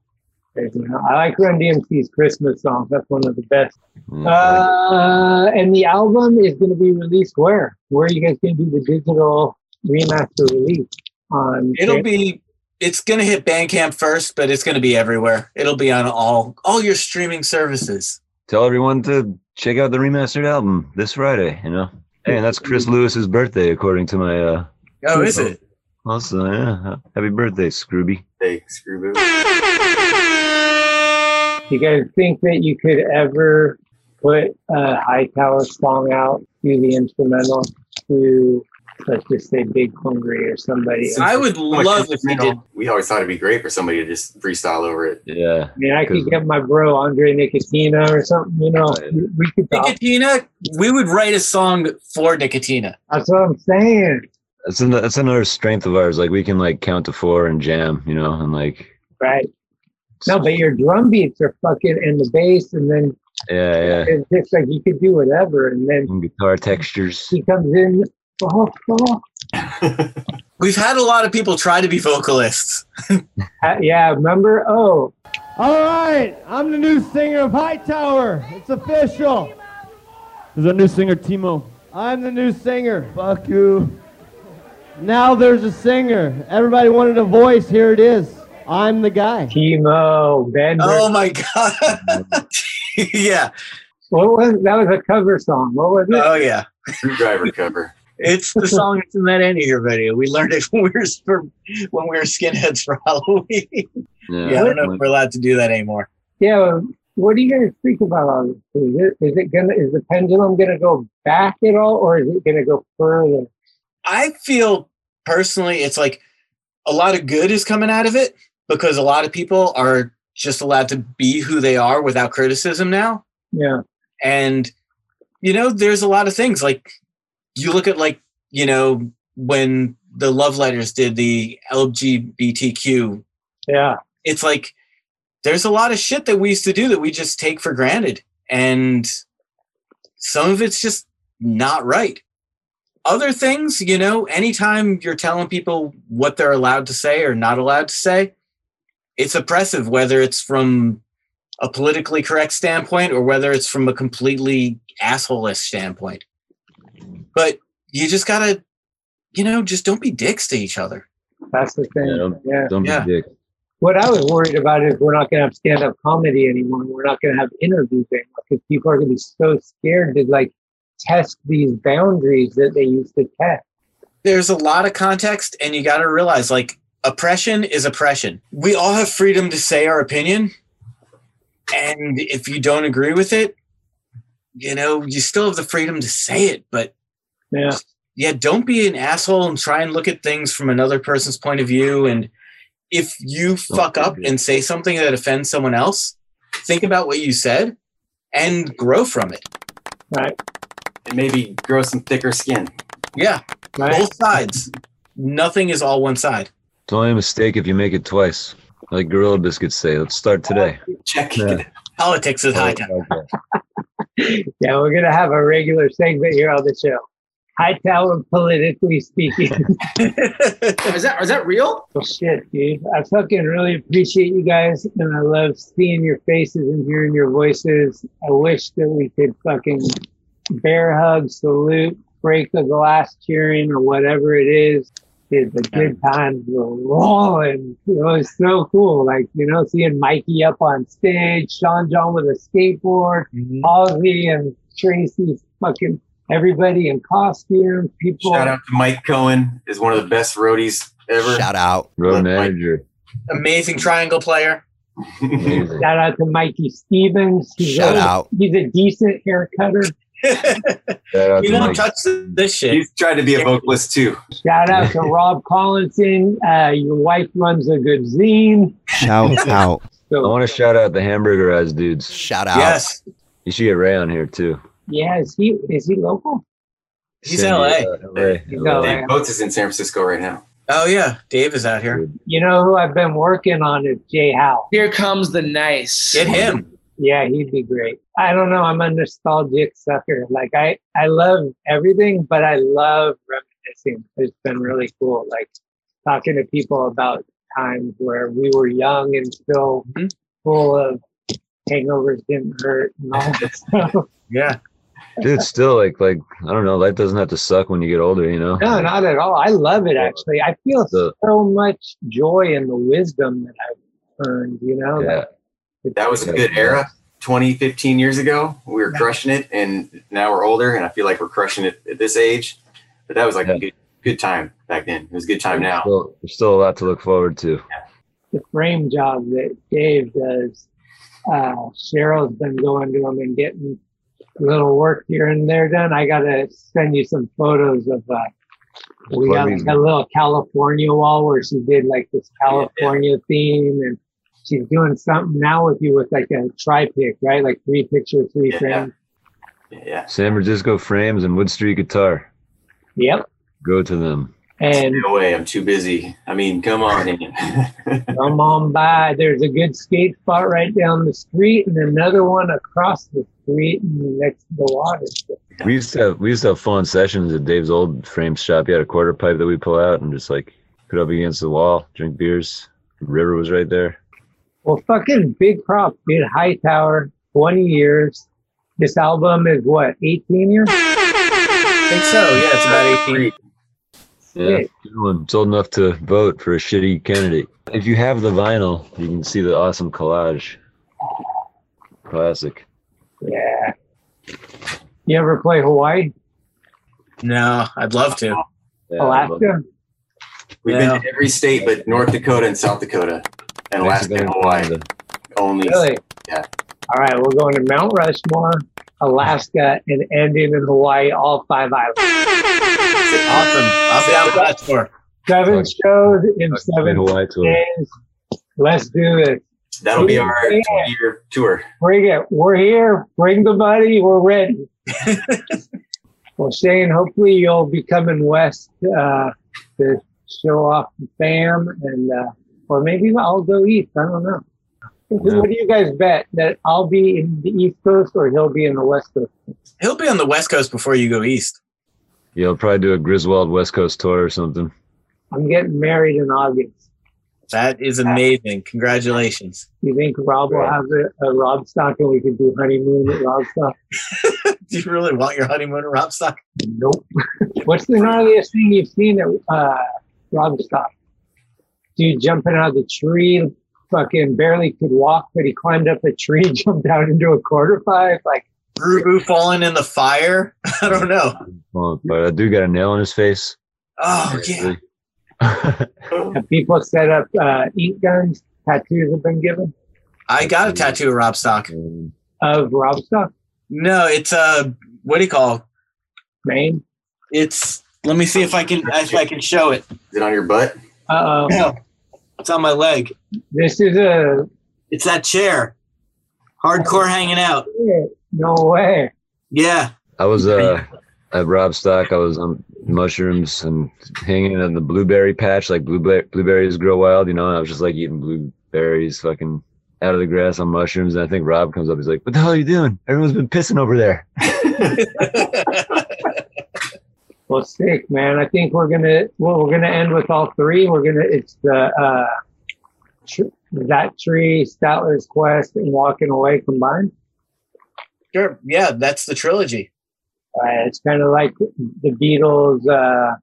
C: I like Run DMC's Christmas song. That's one of the best. Uh, and the album is going to be released where? Where are you guys going to do the digital remaster release? On
D: It'll be. It's gonna hit Bandcamp first, but it's gonna be everywhere. It'll be on all all your streaming services.
E: Tell everyone to check out the remastered album this Friday, you know. Hey, and that's Chris Lewis's birthday according to my uh
D: Oh, is it?
E: also, yeah. Happy birthday, Scrooby.
B: Hey, Screwboo.
C: You guys think that you could ever put a Hightower song out, do the instrumental to, let's just say, Big Hungry or somebody?
B: we did. We always thought it'd be great for somebody to just freestyle over it.
E: Yeah.
C: I mean, I could get my bro Andre Nicotina or something, you know. we- We could talk.
D: Nicotina, we would write a song for Nicotina.
C: That's what I'm saying.
E: That's an, that's another strength of ours. Like we can like count to four and jam, you know, and like
C: Right. No, but your drum beats are fucking and the bass, and then
E: yeah, yeah.
C: it's just like you could do whatever, and then
E: And guitar textures.
C: he comes in. Oh, oh.
D: We've had a lot of people try to be vocalists.
C: Uh, yeah, remember? Oh,
H: All right, I'm the new singer of Hightower. It's official. There's a new singer, Timo. I'm the new singer. Fuck you. Now there's a singer. Everybody wanted a voice. Here it is. I'm the guy.
C: Timo Bender.
D: Oh my god. yeah.
C: What was that? Was a cover song? What was it?
D: Oh yeah.
B: Screwdriver cover.
D: It's the song that's in that Andy here video. We learned it when we were for, when we were skinheads for Halloween. Yeah, I don't know if we're allowed to do that anymore.
C: Yeah. What do you guys think about all this? Is it, is it gonna? Is the pendulum gonna go back at all, or is it gonna go further?
D: I feel personally it's like a lot of good is coming out of it because a lot of people are just allowed to be who they are without criticism now.
C: Yeah.
D: and you know there's a lot of things like you look at like you know when the love letters did the lgbtq
C: Yeah.
D: it's like there's a lot of shit that we used to do that we just take for granted and some of it's just not right other things you know anytime you're telling people what they're allowed to say or not allowed to say it's oppressive whether it's from a politically correct standpoint or whether it's from a completely assholeless standpoint but you just gotta you know just don't be dicks to each other
C: That's the thing. yeah.
E: Don't
D: Yeah.
E: be a dick.
C: What I was worried about is we're not going to have stand up comedy anymore. We're not going to have interviews anymore because people are going to be so scared to like test these boundaries that they used to test.
D: there's a lot of context and you got to realize like oppression is oppression we all have freedom to say our opinion And if you don't agree with it, you know, you still have the freedom to say it, but
C: yeah,
D: yeah, don't be an asshole and try and look at things from another person's point of view. And if you fuck up and say something that offends someone else, think about what you said and grow from it.
C: Right.
B: And maybe grow some thicker skin.
D: Yeah.
B: Right.
D: Both sides. Nothing is all one side.
E: It's only a mistake if you make it twice. Like Gorilla Biscuits say, let's start today.
D: Check. Politics is high time.
C: Yeah, we're gonna have a regular segment here on the show. Hightower politically speaking.
T: is that is that real?
C: Well, shit, dude. I fucking really appreciate you guys, and I love seeing your faces and hearing your voices. I wish that we could fucking bear hug, salute, break the glass cheering, or whatever it is. Dude, the good times were rolling. It was so cool. Like, you know, seeing Mikey up on stage, Sean John with a skateboard,
B: Mm-hmm.
C: Halsey and Tracy fucking everybody in costume, people.
B: Shout out to Mike Cohen is one of the best roadies ever. Shout
P: out.
E: Road manager.
D: Amazing triangle player.
C: Shout out to Mikey Stevens. He's
D: Shout
C: a,
D: out.
C: He's a decent hair cutter.
D: You don't touch this shit.
B: He's tried to be a vocalist too.
C: Shout out to Rob Collinson. Uh, your wife runs a good zine.
E: Shout
P: out.
E: I want to shout out the hamburger eyes dudes.
P: Shout
C: out. Yes.
E: You should get Ray on here too.
C: Yeah, is he is he local?
D: He's LA.
E: Ray.
B: Dave Boats is in San Francisco right now.
D: Oh yeah, Dave is out here.
C: You know who I've been working on is Jay Howe.
T: Here comes the nice.
D: Get him.
C: Yeah, he'd be great. I don't know. I'm a nostalgic sucker. Like I, I love everything, but I love reminiscing. It's been really cool. Like talking to people about times where we were young and still full of hangovers didn't hurt and all that stuff.
D: Yeah.
E: Dude, still like like I don't know, life doesn't have to suck when you get older, you know.
C: No, not at all. I love it actually. I feel so, much joy in the wisdom that I've earned, you know?
B: Yeah. That was a good era 20, 15 years ago. We were crushing it, and now we're older, and I feel like we're crushing it at this age. But that was like a good, good time back then. It was a good time now.
E: Still, there's still a lot to look forward to.
C: the frame job that Dave does. Uh, Cheryl's been going to him and getting a little work here and there done. I gotta send you some photos of. Uh, we got like a little California wall where she did like this California theme, and she's doing something now with you with like a tri pic, right? Like three picture, three frame.
B: Yeah.
E: San Francisco frames and Wood Street guitar.
C: Yep.
E: Go to them.
C: And
B: no way, I'm too busy. I mean, come on. in.
C: Come on by. There's a good skate spot right down the street, and another one across the street and next to the water.
E: We used to have we used to have fun sessions at Dave's old frame shop. He had a quarter pipe that we pull out and just like put up against the wall, drink beers. The river was right there.
C: Well, fucking big prop, dude. Hightower, 20 years. This album is what, 18 years?
D: I think so. Yeah, it's about 18.
E: Yeah, good one. It's old enough to vote for a shitty candidate. If you have the vinyl, you can see the awesome collage. Classic.
C: Yeah. You ever play Hawaii?
D: No, I'd love to.
C: Alaska?
B: We've been to every state but North Dakota and South Dakota, and Alaska and Hawaii. Only.
C: Really?
B: Yeah.
C: All right, we're going to Mount Rushmore, Alaska, and ending in Hawaii, all five islands.
D: Awesome. I'll be out for that tour.
C: Seven shows in seven
E: Hawaii tour.
C: days. Let's do this.
B: That'll be our
C: Yeah.
B: two-year tour.
C: Bring it. We're here. Bring the money. We're ready. well, Shane, hopefully you'll be coming west uh, to show off the fam, and uh, or maybe I'll go east. I don't know. What do you guys bet that I'll be in the east coast or he'll be in the west coast?
D: He'll be on the West Coast before you go east.
E: Yeah, I'll probably do a Griswold West Coast tour or something.
C: I'm getting married in August.
D: That is amazing. Congratulations.
C: You think Rob will have a, a Robstock and we can do honeymoon at Robstock?
D: Do you really want your honeymoon at Robstock?
C: Nope. What's the gnarliest thing you've seen at uh, Robstock? Dude jumping out of the tree, fucking barely could walk, but he climbed up a tree, jumped out into a quarter pipe. Like,
D: Rubu falling in the fire? I don't know.
E: Well, but I do got a nail in his face.
D: Oh, yeah.
C: have people set up uh, ink guns? Tattoos have been given.
D: I got a tattoo of Rob Stock.
C: Of Rob Stock?
D: No, it's uh, what do you call?
C: Rain.
D: It's. Let me see if I can if I can show it.
B: Is it on your butt?
C: Uh
D: oh. It's on my leg.
C: This is a.
D: It's that chair. Hardcore hanging out.
C: No way.
D: Yeah.
E: I was uh at Rob Stock. I was on mushrooms and hanging in the blueberry patch, like blueberry blueberries grow wild, you know. And I was just like eating blueberries, fucking out of the grass on mushrooms. And I think Rob comes up. He's like, "What the hell are you doing? Everyone's been pissing over there."
C: Well, sick, man. I think we're gonna well, we're gonna end with all three. We're gonna it's the uh, tr- that tree, Statler's Quest, and Walking Away combined.
D: Sure. Yeah, that's the trilogy.
C: Uh, it's kind of like the Beatles. Uh,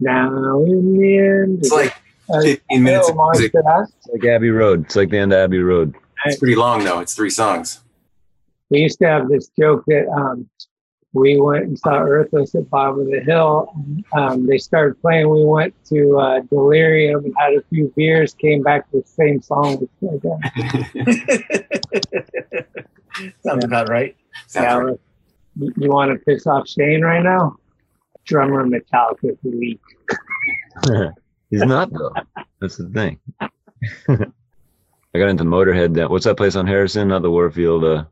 C: now in the end,
B: It's like
C: Uh,
B: 15 minutes of
C: homage
B: music.
C: to that.
E: It's like Abbey Road. It's like the end of Abbey Road.
B: It's pretty long though. It's three songs.
C: we used to have this joke that um, we went and saw Earthless at bottom of the hill. Um, they started playing. We went to uh, Delirium and had a few beers. Came back to the same song. Like
D: Sounds about right.
C: Yeah, You, want to piss off Shane right now? Drummer of Metallica leak.
E: He's not though. That's the thing. I got into Motorhead. Down. What's that place on Harrison? Not the Warfield. Uh,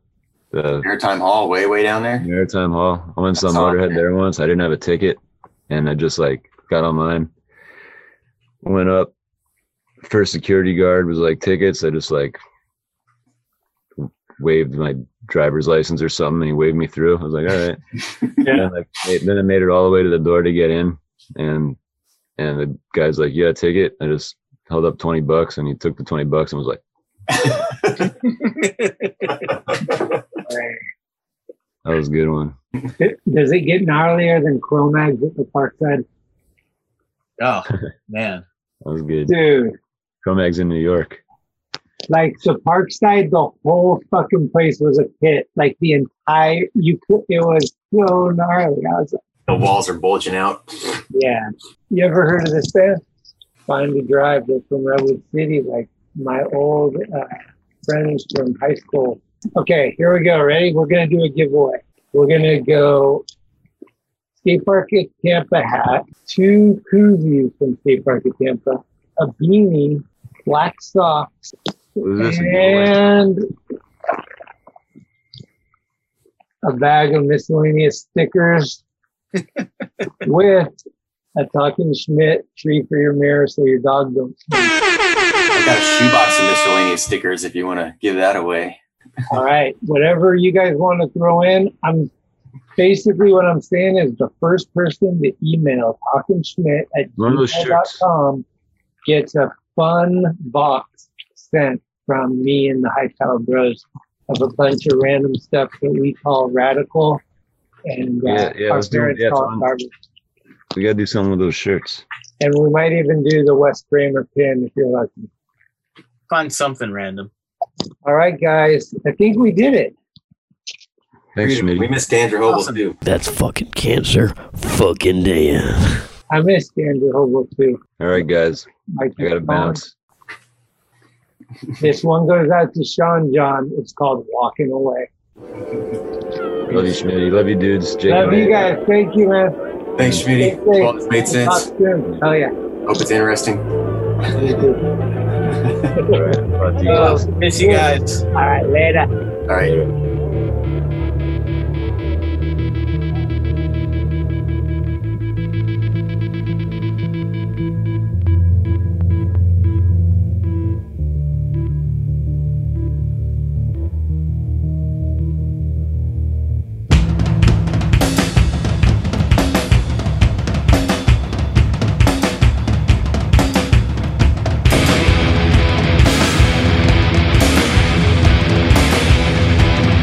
E: the
B: Maritime Hall, way way down there.
E: Maritime Hall. I went to Motorhead there once. I didn't have a ticket, and I just like got online, went up. First security guard was like tickets. I just like waved my driver's license or something, and he waved me through. I was like, all right. And I, made- then I made it all the way to the door to get in, and and the guy's like, yeah, ticket. I just held up twenty bucks, and he took the twenty bucks and was like. That was a good one.
C: Does it get gnarlier than Cro-Mags at the Parkside?
D: Oh man,
E: that was good.
C: Dude.
E: Cromag's in New York.
C: Like the Parkside, the whole fucking place was a pit. Like the entire, you could, it was so gnarly. I was like,
B: The walls are bulging out.
C: yeah. You ever heard of this band? Find a Drive. They're from Redwood City. Like my old uh, friends from high school. Okay, here we go. Ready? We're gonna do a giveaway. We're gonna go skate park at Tampa hat, two koozies from skate park at Tampa, a beanie, black socks,
E: this a
C: and a bag of miscellaneous stickers with a talking Schmidt tree for your mirror so your dog don't.
B: I got a shoebox of miscellaneous stickers if you want to give that away.
C: All right. Whatever you guys want to throw in, I'm basically what I'm saying is the first person to email talking Schmidt at
E: One of those shirts.
C: gmail.com gets a fun box sent from me and the Hightower Bros of a bunch of random stuff that we call radical and uh,
E: Yeah, yeah,
C: our
E: let's do it.
C: parents
E: Yeah, it's
C: call
E: fun.
C: it garbage.
E: We gotta do something with those shirts.
C: And we might even do the West Kramer pin if you're lucky.
D: find something random.
C: All right, guys. I think we did it.
E: Thanks,
B: we, we missed Andrew Hobel too.
U: That's fucking cancer. Fucking damn.
C: I missed Andrew Hobel too.
E: All right, guys.
C: I
E: I gotta bounce.
C: This one goes out to Sean John. It's called Walking Away.
E: Love you, Schmitty. Love you, dudes. Jake
C: Love
E: and
C: you
E: Nate.
C: guys. Thank you, man.
B: Thanks, Schmitty. Well, this made sense.
C: Talk soon. Oh yeah.
B: Hope it's interesting.
C: Uh,
D: Oh, miss you guys.
C: All right, later.
B: All right.
M: Thank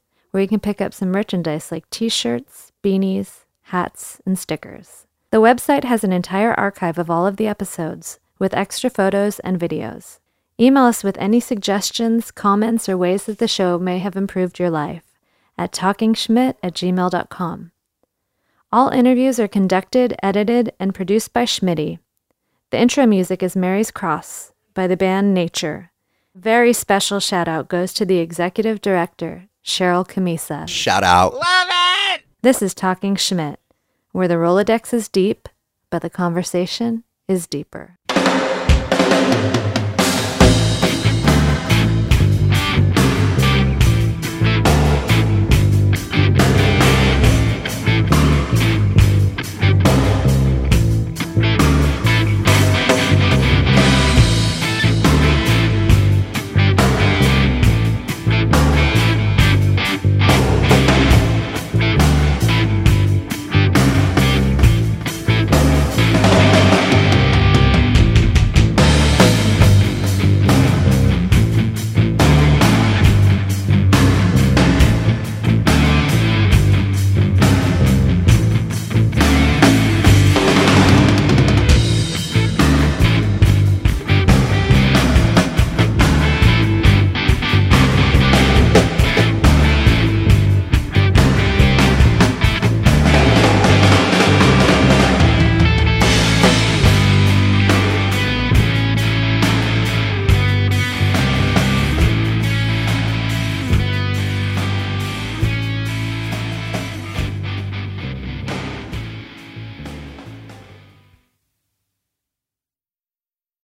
I: where you can pick up some merchandise like t shirts, beanies, hats, and stickers. The website has an entire archive of all of the episodes, with extra photos and videos. Email us with any suggestions, comments, or ways that the show may have improved your life at talkingschmidt at gmail.com. All interviews are conducted, edited, and produced by Schmitty. The intro music is Mary's Cross by the band Nature. Very special shout out goes to the executive director, Cheryl Camisa.
P: Shout out.
I: Love it! This is Talking Schmidt, where the Rolodex is deep, but the conversation is deeper.